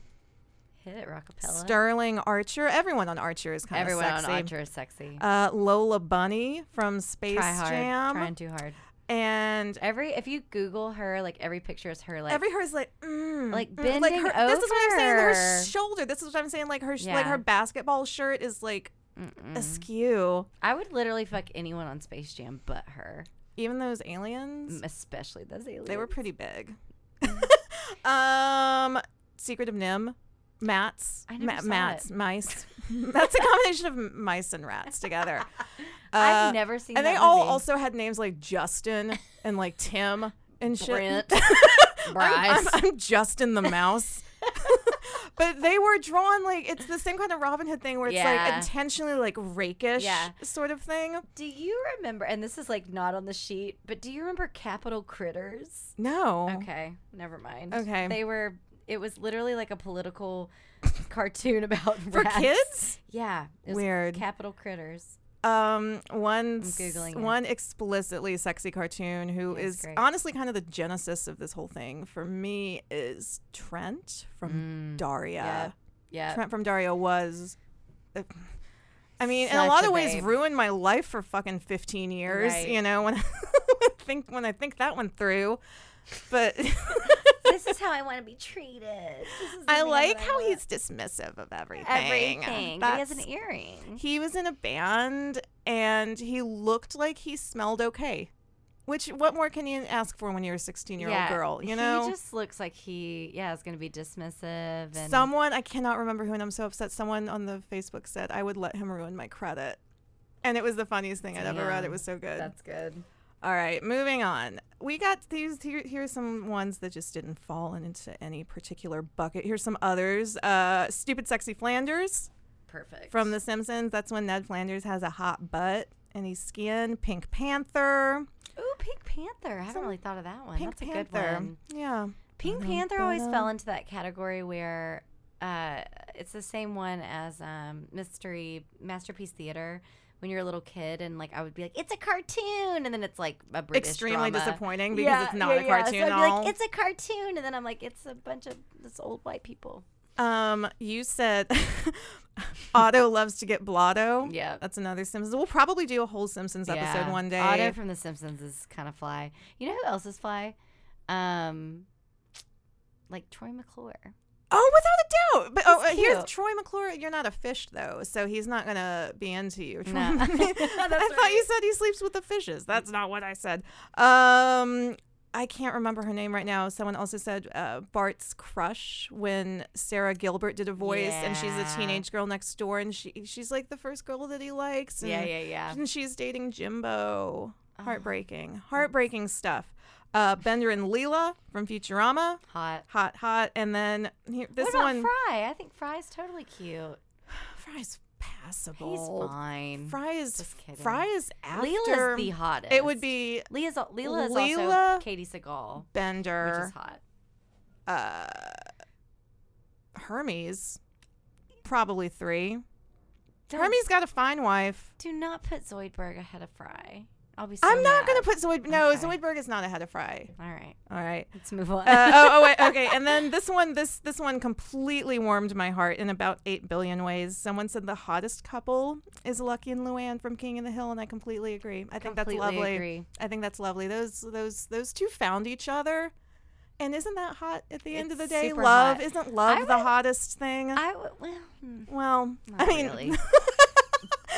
hit it, Rockapella. Sterling Archer, everyone on Archer is kind of Everyone sexy. on Archer is sexy. Uh, Lola Bunny from Space Try hard, Jam, trying too hard. and Every if you Google her, like every picture is her. Like every her's like, mm, Like mm, bending her, This is what I'm saying. Her over. shoulder. This is what I'm saying. Like her, sh like Yeah. Mm-hmm. her basketball shirt is like mm-mm. askew. I would literally fuck anyone on Space Jam but her, Even those aliens, Mm, especially those aliens. they were pretty big. um, Secret of Nim, Mats, I never saw Mats, mice. That's a combination of m- mice and rats together. Uh, I've never seen. and that they all movie. also had names like Justin and like Tim and shit. Brent, I'm, Bryce. I'm, I'm Justin the mouse. but they were drawn like it's the same kind of Robin Hood thing where it's Yeah. like intentionally like rakish Yeah. sort of thing. Do you remember? And this is like not on the sheet, but do you remember Capital Critters? No. Okay, never mind. Oh. Okay. they were. It was literally like a political cartoon about For rats. kids? Yeah, it was Weird. Capital Critters. Um, one s- Googling it. one explicitly sexy cartoon who That's is great. honestly kind of the genesis of this whole thing for me is Trent from Daria. Mm. Yeah, uh, Trent from Daria was. uh, I mean, in a Such lot a of ways, babe. ruined my life for fucking fifteen years. Right. You know, when I think when I think that one through, but this is how I want to be treated. This is the I man like that I how want. he's dismissive of everything. everything. But he has That's- an earring. he was in a band and he looked like he smelled okay. Which what more can you ask for when you're a 16 year old girl? You know, he just looks like he yeah is going to be dismissive and someone I cannot remember who, and I'm so upset. Someone on the Facebook said I would let him ruin my credit, and it was the funniest thing I'd ever read. It Damn. was so good. good. All right, moving on. We got these. Here, here's some ones that just didn't fall into any particular bucket. Here's some others. Uh, Stupid, sexy Flanders. Perfect from The Simpsons. That's when Ned Flanders has a hot butt and he's skinned. Pink Panther. Ooh, Pink Panther. I haven't Some- really thought of that one. Pink That's a Panther. good one. Yeah. Pink Dun, Panther always dun, fell into that category where uh, it's the same one as um, Mystery Masterpiece Theater. When you're a little kid, and like I would be like, "It's a cartoon," and then it's like a British Extremely drama. disappointing because it's not a cartoon So I'd at be all. like, it's a cartoon, and then I'm like, it's a bunch of this old white people. um, you said Otto loves to get blotto. Yeah. That's another Simpsons. We'll probably do a whole Simpsons episode one day. Otto from The Simpsons is kind of fly. You know who else is fly? Um, like Troy McClure. oh, without a doubt. But oh, He's uh, here's cute. Troy McClure. You're not a fish though, so he's not gonna be into you. Troy. No. I thought you right. said he sleeps with the fishes. That's not what I said. Um, I can't remember her name right now. Someone also said uh, Bart's crush when Sarah Gilbert did a voice, and she's a Yeah. teenage girl next door, and she she's like the first girl that he likes. And Yeah, yeah, yeah. and she's dating Jimbo. Heartbreaking. Heartbreaking stuff. Uh, Bender and Leela from Futurama. Hot. Hot, hot. And then here, this what about one. Fry? I think Fry's totally cute. Fry's passable. He's fine. Fry is Just kidding. Fry is after. Leela's the hottest. It would be Leela's, al- Leela is Leela- also Katie Seagal, which is Bender, hot. uh, Hermes, probably 3 Hermes got a fine wife. Do not put Zoidberg ahead of Fry. I'll be. So I'm mad. not gonna put Zoid. No, Okay. Zoidberg is not ahead of Fry. All right, All right. let's move on. uh, oh, oh wait, okay. And then this one, this this one completely warmed my heart in about eight billion ways. Someone said the hottest couple is Lucky and Luann from King of the Hill, and I completely agree. I think Completely that's lovely. agree. I think that's lovely. Those those those two found each other, and isn't that hot? At the end of the It's day, super love hot. isn't love I the would- hottest thing. I w- well, hmm, well, I Not mean, really.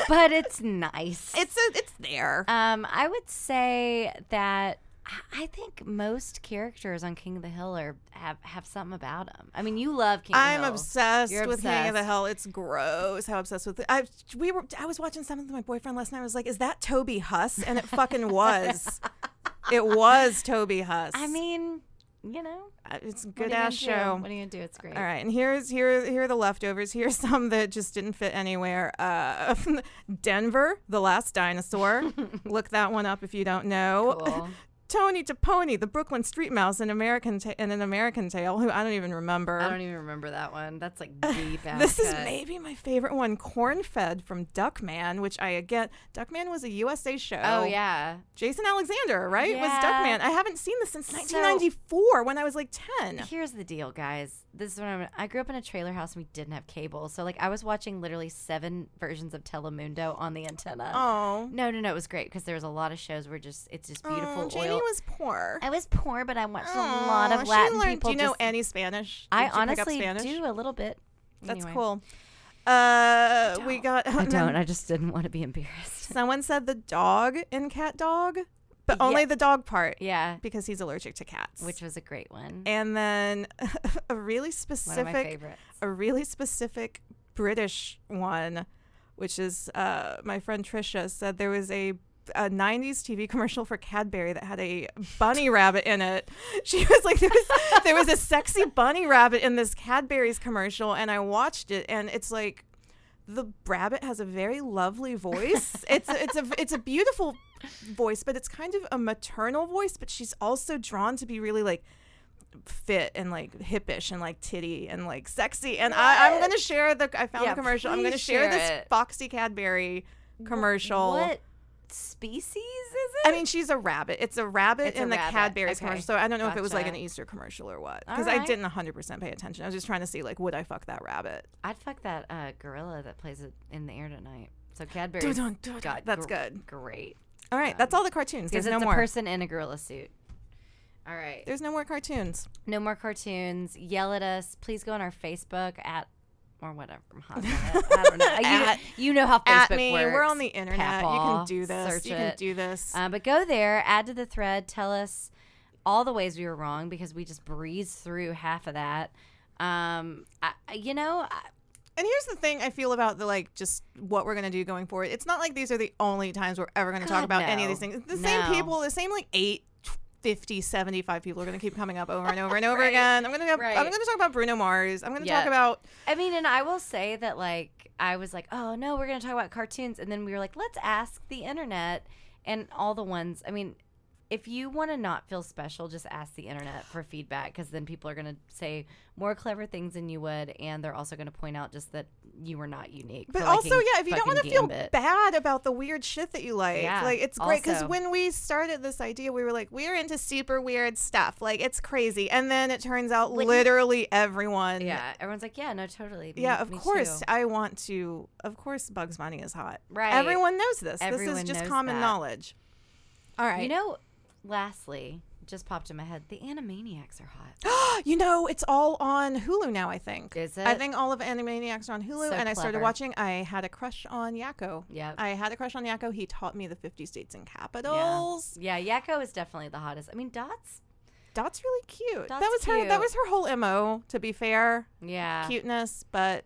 but it's nice. it's a, it's there. Um, I would say that I- I think most characters on King of the Hill are have, have something about them. I mean, you love King I'm of the Hill. obsessed You're with King of the obsessed. Hill. It's gross how obsessed with it. I we were I was watching something with my boyfriend last night. I was like, "Is that Toby Huss?" And it fucking was. it was Toby Huss. I mean, you know, Uh, it's a what good are you ass gonna do? show. What are you gonna do? It's great. All right, and here's here here are the leftovers. Here's some that just didn't fit anywhere. Uh, Denver, the last dinosaur. Look that one up if you don't know. Cool. Tony to Pony, the Brooklyn Street Mouse in American ta- in an American Tale, who I don't even remember. I don't even remember that one. That's like deep. This is cut. maybe my favorite one, Corn Fed from Duckman, which I again Duckman was a USA show. Oh yeah. Jason Alexander, right? Was Yeah. Duckman. I haven't seen this since So- 1994 when I was like 10. Here's the deal, guys. This is what I'm. I grew up in a trailer house and we didn't have cable, so like I was watching literally seven versions of Telemundo on the antenna. Oh. No, no, no. It was great because there was a lot of shows where just it's just beautiful Oh, Jamie oil. was poor. I was poor, but I watched a lot of Aw, she Latin learned- people. Do you know just- any Spanish? I Did you pick up honestly Spanish? do a little bit. That's Anyway. cool. Uh, we got. I don't. I just didn't want to be embarrassed. Someone said the dog in Cat Dog, but only Yeah. the dog part Yeah, because he's allergic to cats. which was a great one. and then a really one of my specific favorites. a really specific British one, which is uh, my friend Trisha said there was a a 90s TV commercial for Cadbury that had a bunny rabbit in it. She was like, there was, there was a sexy bunny rabbit in this Cadbury's commercial, and I watched it, and it's like, the rabbit has a very lovely voice. it's a, it's a it's a beautiful voice, but it's kind of a maternal voice. But she's also drawn to be really like fit and like hippish and like titty and like sexy. And I, I'm gonna share the I found Yeah, the commercial. I'm gonna please share, share this it. Foxy Cadbury commercial. What species is it? I mean, she's a rabbit. It's a rabbit It's a in the rabbit. Cadbury's Okay. commercial. So I don't know if it was like an Gotcha. Easter commercial or what, All because I right. didn't 100% pay attention. I was just trying to see like, would I fuck that rabbit? I'd fuck that uh, gorilla that plays it in the air tonight. So Cadbury. Dun, dun, dun. That's good. Great. All right, that's all the cartoons. um, Because There's it's no a more. person in a gorilla suit. All right. There's no more cartoons. No more cartoons. Yell at us. Please go on our Facebook at or whatever. Hot Minute. I don't know. You, At- you know how Facebook At me, works. we're on the internet. You Papaw. can do this. Search you can it. do this. Uh, but go there, add to the thread, tell us all the ways we were wrong because we just breezed through half of that. Um, I, I- you know, I, and here's the thing I feel about the like just what we're gonna do going forward. It's not like these are the only times we're ever gonna talk God, about any no. of these things. The same No. people, the same like eight. 50, 75 people are going to keep coming up over and over and over again. I'm going to Right. I'm going to talk about Bruno Mars. I'm going to talk Yeah. about I mean, and I will say that like I was like, oh no, we're gonna talk about cartoons, and then we were like, let's ask the internet and all the ones. I mean, if you want to not feel special, just ask the internet for feedback because then people are gonna say more clever things than you would, and they're also gonna point out just that you were not unique. But for also, liking yeah, if you don't fucking want to feel Gambit. bad about the weird shit that you like, Yeah, like it's great because also. when we started this idea, we were like, we're into super weird stuff, like it's crazy, and then it turns out When you- literally everyone. Yeah, everyone's like, yeah, no, totally. Me- Yeah, of me course too." I want to. Of course, Bugs Bunny is hot. Right. Everyone knows this. this Everyone is just knows common that. knowledge. All right. You know, lastly, just popped in my head, the Animaniacs are hot. you know, it's all on Hulu now. I think. Is I it? think all of Animaniacs are on Hulu, So and I started clever. watching. I had a crush on Yakko. Yep. I had a crush on Yakko. He taught me the 50 states and capitals. Yeah, Yakko is definitely the hottest. I mean, Dots. Dot's really cute. that Dot's was her. That cute. was her whole mo. To be fair, Yeah. cuteness, but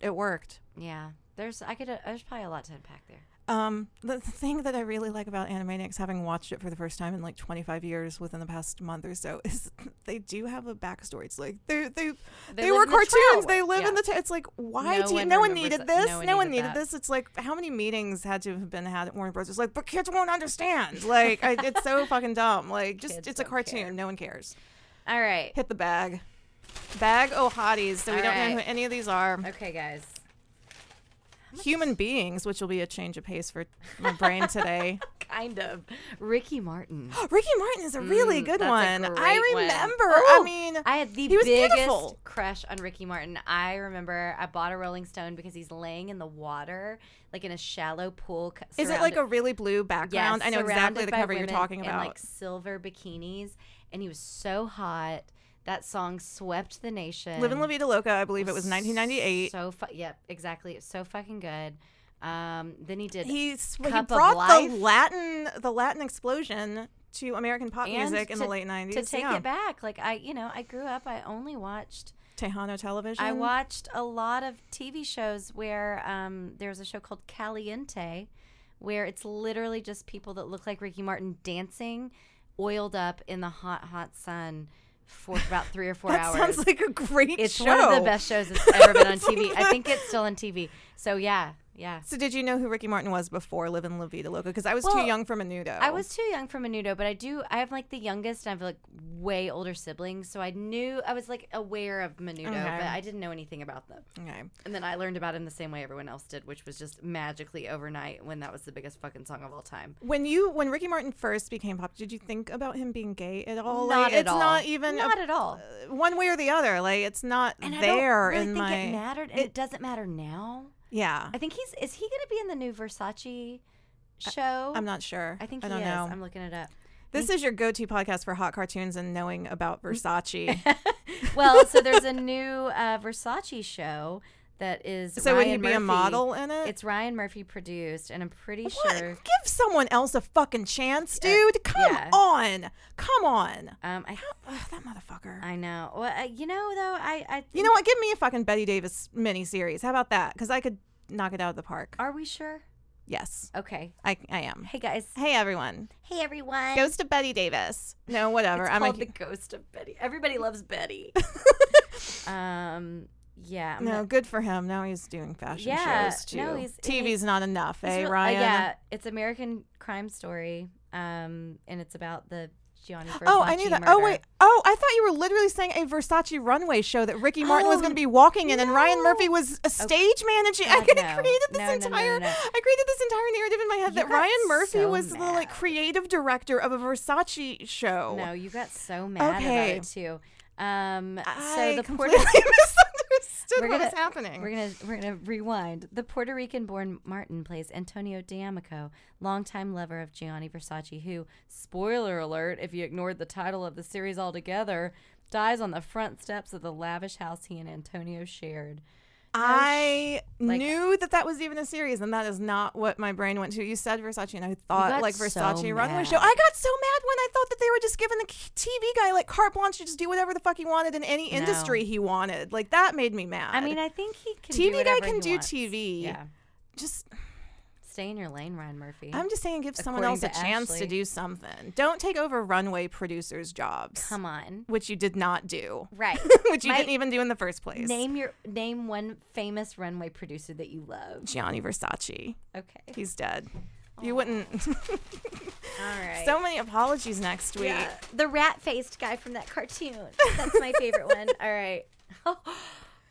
it worked. Yeah. There's I could uh, there's probably a lot to unpack there. Um, the thing that I really like about Animaniacs, having watched it for the first time in like 25 years within the past month or so, is they do have a backstory. It's like they they they, live were in the troll cartoons. world. They live Yeah. in the. T- it's like why No do you, one no one remembers that. needed this? No one, needed, that. this. It's like how many meetings had to have been had at Warner Bros. It's like, but kids won't understand. Like I, it's so fucking dumb. Like just Kids it's a don't cartoon. care. No one cares. All right. Hit the bag. Bag oh hotties. So we All don't know who right. any of these are. Okay, guys. Human beings, which will be a change of pace for my brain today. Kind of. Ricky Martin. Oh, Ricky Martin is a really Mm, good that's a one. I great one. remember. I Ooh, mean, I had the he was biggest beautiful. crush on Ricky Martin. I remember I bought a Rolling Stone because he's laying in the water, like in a shallow pool. c- Is it like surrounded- a really blue background? I know exactly surrounded the by cover you're women talking in, about. like silver bikinis, and he was so hot. That song swept the nation. Live in La Vida Loca, I believe it was 1998. So fu- yep, exactly. It's so fucking good. Um, then he did. He, sw- he Cup of brought the Life. Latin the Latin explosion to American pop And music in the to- late 90s. to take yeah. it back. Like I, you know, I grew up. I only watched. Tejano television. I watched a lot of TV shows where um, there's a show called Caliente, where it's literally just people that look like Ricky Martin dancing, oiled up in the hot, hot sun for about three or four That hours. sounds like a great it's show. one of the best shows that's ever been on TV. I think it's still on TV. So yeah, yeah. So did you know who Ricky Martin was before Live in La Vida Loca? Because I was Well, too young for Menudo. I was too young for Menudo, but I do. I have like the youngest, and I have like way older siblings, so I knew I was like aware of Menudo, Okay. but I didn't know anything about them. Okay. And then I learned about him the same way everyone else did, which was just magically overnight when that was the biggest fucking song of all time. When you when Ricky Martin first became pop, did you think about him being gay at all? not like, at it's all. not even a- not at all. one way or the other. Like it's not And I don't there really in think my it mattered, and it, doesn't matter now. yeah. I think he's is he going to be in the new Versace show? I'm not sure. I think I he don't is. know. I'm looking it up. this is your go-to podcast for hot cartoons and knowing about Mm. Versace. Well, so there's a new uh, Versace show that is. so would he Ryan be a Murphy. model in it? It's Ryan Murphy produced, and I'm pretty What? sure. Give someone else a fucking chance, dude. Come Uh, yeah. on. Come on. Um, I Ugh, that motherfucker. I know. Well, uh, you know though, I I you know what? Give me a fucking Betty Davis miniseries. How about that? Because I could knock it out of the park. Are we sure? Yes, Okay. I, I am. Hey guys. Hey, everyone. Hey everyone. Goes to Betty Davis. No, whatever. It's I'm called a, the ghost of Betty. Everybody loves Betty. um. Yeah. I'm no, not- good for him. Now he's doing fashion Yeah, shows too. no, he's- TV's not enough, it's eh, real- uh, Ryan? yeah. It's American Crime Story. Um. And it's about the Gianni. Versace Oh, I knew that. Oh, murder. wait. Oh, I thought you were literally saying a Versace runway show that Ricky Martin was Oh, going to be walking in, and Ryan no. Murphy was a stage managing. I God, could- no. created this No, no, no, no, entire. no. I created this entire narrative in my head You that got Ryan Murphy so was the like mad. creative director of a Versace show. No, you got so mad Okay. about it too. Um. I so the Puerto completely misunderstood We're what was gonna- happening. We're gonna we're gonna rewind. The Puerto Rican-born Martin plays Antonio D'Amico, longtime lover of Gianni Versace, who, spoiler alert, if you ignored the title of the series altogether, dies on the front steps of the lavish house he and Antonio shared. I like- knew that that was even a series, and that is not what my brain went to. You said Versace, and I thought got like so Versace runway mad. show. I got so mad when I thought that they were just giving the k- TV guy like carte blanche to just do whatever the fuck he wanted in any industry he wanted. Like that made me mad. I mean, I think he can. TV do guy whatever can he do wants. TV. Yeah, just stay in your lane, Ryan Murphy. I'm just saying, give someone else According a to chance to Ashley. do something. Don't take over runway producers' jobs, Come on, which you did not do, right? which you My- didn't even do in the first place. name your name one famous runway producer that you love. Gianni Versace. Okay, He's dead. You wouldn't. all right. so many apologies next week. Yeah, the rat faced guy from that cartoon. That's my favorite one. All right.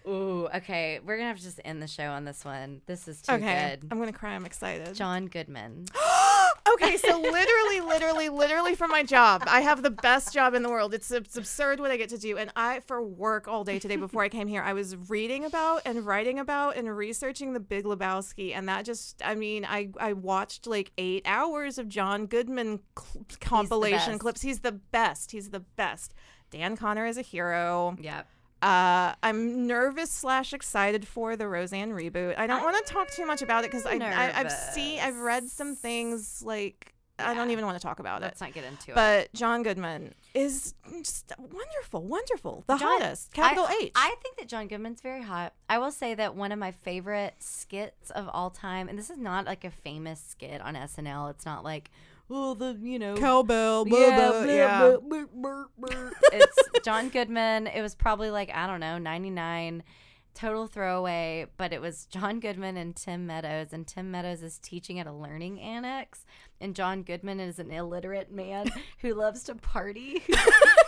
Ooh, okay. We're gonna have to just end the show on this one. This is too Okay. good. I'm gonna cry. I'm excited. John Goodman. okay, so literally, literally, literally for my job, I have the best job in the world. It's, it's absurd what I get to do. And I, for work all day today before I came here, I was reading about and writing about and researching the Big Lebowski. And that just, I mean, I, I watched like eight hours of John Goodman cl- compilation best. clips. He's the best. He's the best. Dan Connor is a hero. Yep. Uh, I'm nervous slash excited for the Roseanne reboot. I don't want to talk too much about it because I, I I've seen I've read some things like I don't Yeah. even want to talk about Let's it. not get into it. But John Goodman is just wonderful, wonderful, the John- hottest. Capital I, H. I think that John Goodman's very hot. I will say that one of my favorite skits of all time, and this is not like a famous skit on SNL. It's not like, oh, the you know cowbell. Yeah, blah, blah, blah, blah, blah. it's John Goodman. It was probably like I don't know, ninety nine, total throwaway. But it was John Goodman and Tim Meadows, and Tim Meadows is teaching at a learning annex, and John Goodman is an illiterate man who loves to party,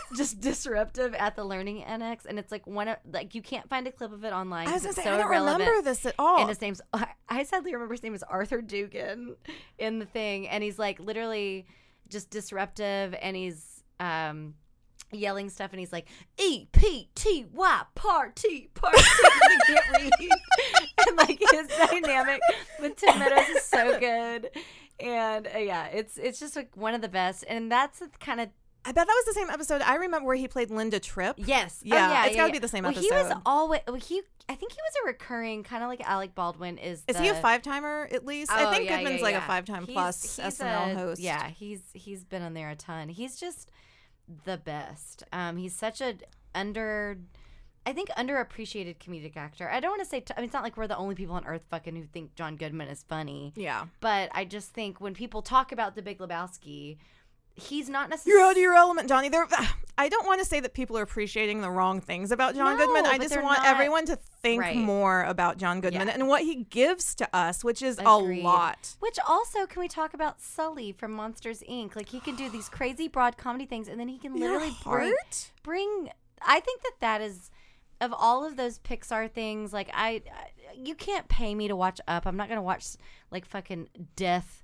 who's just disruptive at the learning annex, and it's like one of like you can't find a clip of it online. I 'cause was gonna it's say so I don't irrelevant. remember this at all. And his name's I sadly remember his name is Arthur Dugan in the thing, and he's like literally just disruptive, and he's um yelling stuff, and he's like E P T Y party party. I can't read, and like his dynamic with Tim Meadows is so good, and uh, yeah, it's it's just like one of the best, and that's the kind of I bet that was the same episode. I remember where he played Linda Tripp. Yes. Oh, Oh, Yeah, it's gotta be the same well, He was episode. always well, he. I think he was a recurring kind of like Alec Baldwin is. Is he a the- five timer at least? Oh, I think yeah, yeah, Goodman's like yeah. a five time He's- plus he's SNL a- host. Yeah, he's he's been on there a ton. He's just the best. Um, he's such a under, I think underappreciated comedic actor. I don't want to say. T- I mean, it's not like we're the only people on earth fucking who think John Goodman is funny. Yeah. But I just think when people talk about The Big Lebowski, he's not necessarily. You're out of your element, Donnie. There, I don't want to say that people are appreciating the wrong things about John No, Goodman. I but just they're want not- everyone to think Right. more about John Goodman Yeah. and what he gives to us, which is Agreed. a lot. Which also, can we talk about Sully from Monsters Inc? Like he can do these crazy broad comedy things, and then he can literally Your bring heart? bring. I think that that is of all of those Pixar things. Like I, I you can't pay me to watch Up. I'm not gonna watch like fucking death,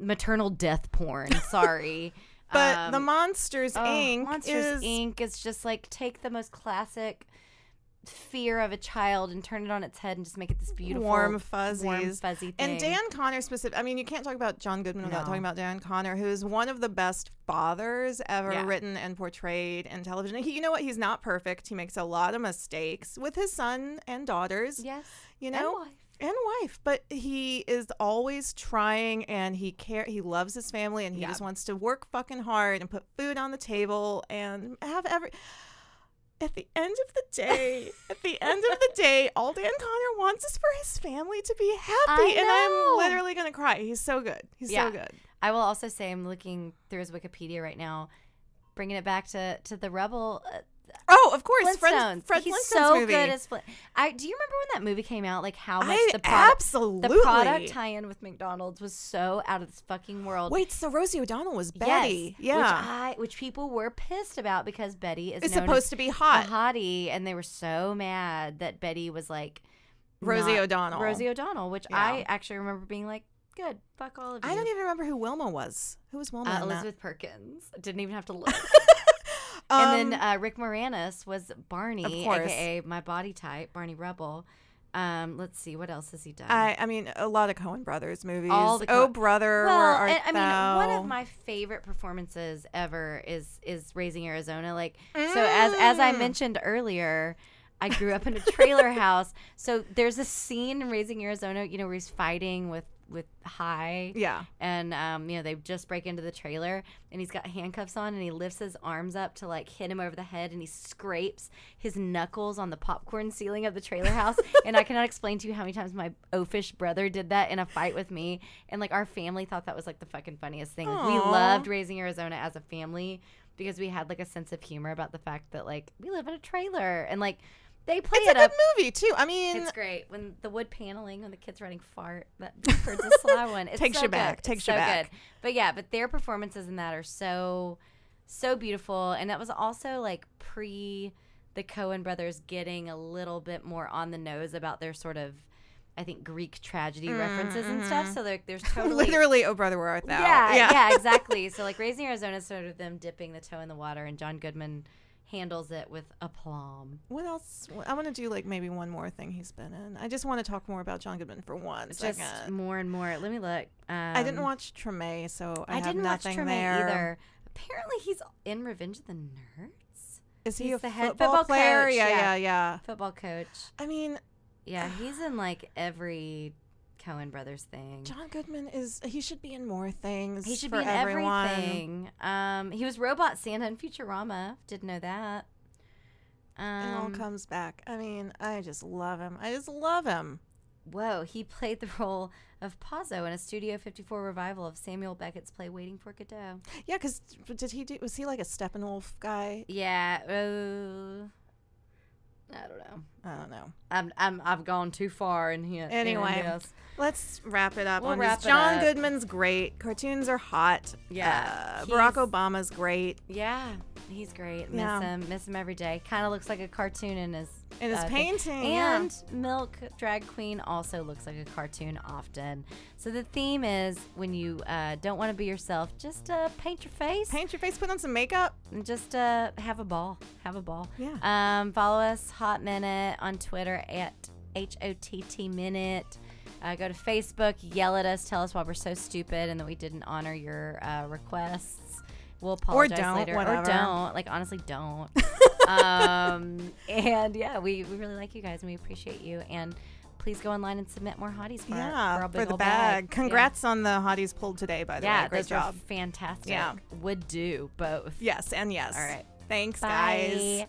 maternal death porn. Sorry. But Um, the Monsters Oh, Inc. Monsters is Inc. is just like take the most classic fear of a child and turn it on its head and just make it this beautiful warm fuzzies. warm fuzzy thing. And Dan Connor specific. I mean, you can't talk about John Goodman without No. talking about Dan Connor, who is one of the best fathers ever Yeah. written and portrayed in television. He, you know what? He's not perfect. He makes a lot of mistakes with his son and daughters. yes, You and know, wife. and wife but he is always trying and he care he loves his family and he Yeah. just wants to work fucking hard and put food on the table and have every at the end of the day at the end of the day all dan connor wants is for his family to be happy and know. i'm literally gonna cry he's so good he's Yeah. so good I will also say I'm looking through his Wikipedia right now, bringing it back to to the Rebel uh, oh of course Flintstones. Fred, Fred He's Flintstones so movie. good as Flint. I do you remember when that movie came out? Like how much I the product, absolutely the product tie-in with McDonald's was so out of this fucking world. wait so rosie o'donnell was Yes, betty yeah which I which people were pissed about because Betty is it's known supposed to be as hot a hottie, and they were so mad that Betty was like rosie not o'donnell Rosie O'Donnell, which Yeah. I actually remember being like, good, fuck all of you. I don't even remember who Wilma was. Who was Wilma? Uh, in that? Elizabeth Perkins didn't even have to look. Um, and then uh, Rick Moranis was Barney, Of course. aka my body type, Barney Rebel. Um, let's see what else has he done. I, I mean, a lot of Cohen Brothers movies. All the oh, Coen- brother, well, where art and, I mean, one thou? of my favorite performances ever is is Raising Arizona. Like, so as as I Mm. mentioned earlier. I grew up in a trailer house, so there's a scene in Raising Arizona, you know, where he's fighting with with High, yeah, and um, you know they just break into the trailer and he's got handcuffs on and he lifts his arms up to like hit him over the head and he scrapes his knuckles on the popcorn ceiling of the trailer house and i cannot explain to you how many times my oafish brother did that in a fight with me and like our family thought that was like the fucking funniest thing like, we Aw. loved raising arizona as a family because we had like a sense of humor about the fact that like we live in a trailer and like they play it's a it good up movie too. I mean, it's great when the wood paneling when the kids running fart. That Bird's a sly one. It's Takes so you back, good. It's takes you so back. Good. But yeah, but their performances in that are so so beautiful, and that was also like pre the Cohen brothers getting a little bit more on the nose about their sort of. I think Greek tragedy references and stuff. So like, there's totally Mm, mm-hmm. literally, oh brother, where art thou? yeah, yeah, exactly. So like raising Arizona is sort of them dipping the toe in the water, and John Goodman handles it with aplomb. What else? I want to do like maybe one more thing he's been in. I just want to talk more about John Goodman for one second. Just more and more. Let me look. Um, I didn't watch Treme, so I, I, have didn't watch nothing Tremaine there. either. Apparently, he's in Revenge of the Nerds. Is he He's a the head football, football player? coach, yeah, yeah. yeah, yeah. Football coach. I mean, Yeah, he's in like every Cohen Brothers thing. John Goodman is—he should be in more things. he should for be in everyone. everything. Um, he was Robot Santa in Futurama. Didn't know that. it all Um, comes back. I mean, I just love him. I just love him. whoa, he played the role of Pazzo in a Studio 54 revival of Samuel Beckett's play Waiting for Godot. Yeah, because did he do? Was he like a Steppenwolf guy? Yeah. Oh, I don't know. I don't know. I'm, I'm, I've gone too far in here. in Anyway. this. Let's wrap it up. We'll on this. wrap it John up. Goodman's great. Cartoons are hot. Yeah, Uh, Barack he's- Obama's great. Yeah, he's great. Miss Yeah. him. Miss him every day. Kind of looks like a cartoon in his uh, In his thing. painting, yeah. And Milk Drag Queen also looks like a cartoon often. So the theme is when you uh, don't want to be yourself, just uh, paint your face Paint your face. Put on some makeup. and just uh, have a ball. Have a ball. Yeah. Um, follow us Hot Minute on Twitter at H O T T Minute. Uh, go to Facebook, yell at us, tell us why we're so stupid and that we didn't honor your uh, requests. We'll apologize don't, later. whatever. Or don't. Like honestly, don't. um, and yeah, we, we really like you guys and we appreciate you. And please go online and submit more hotties for, our- yeah, for, our for, big the ol' bag. Yeah. Congrats on the hotties pulled today, by the Yeah, way. Great those job. are fantastic. Yeah. Would do both. Yes, and yes. All right. Thanks, Bye. guys.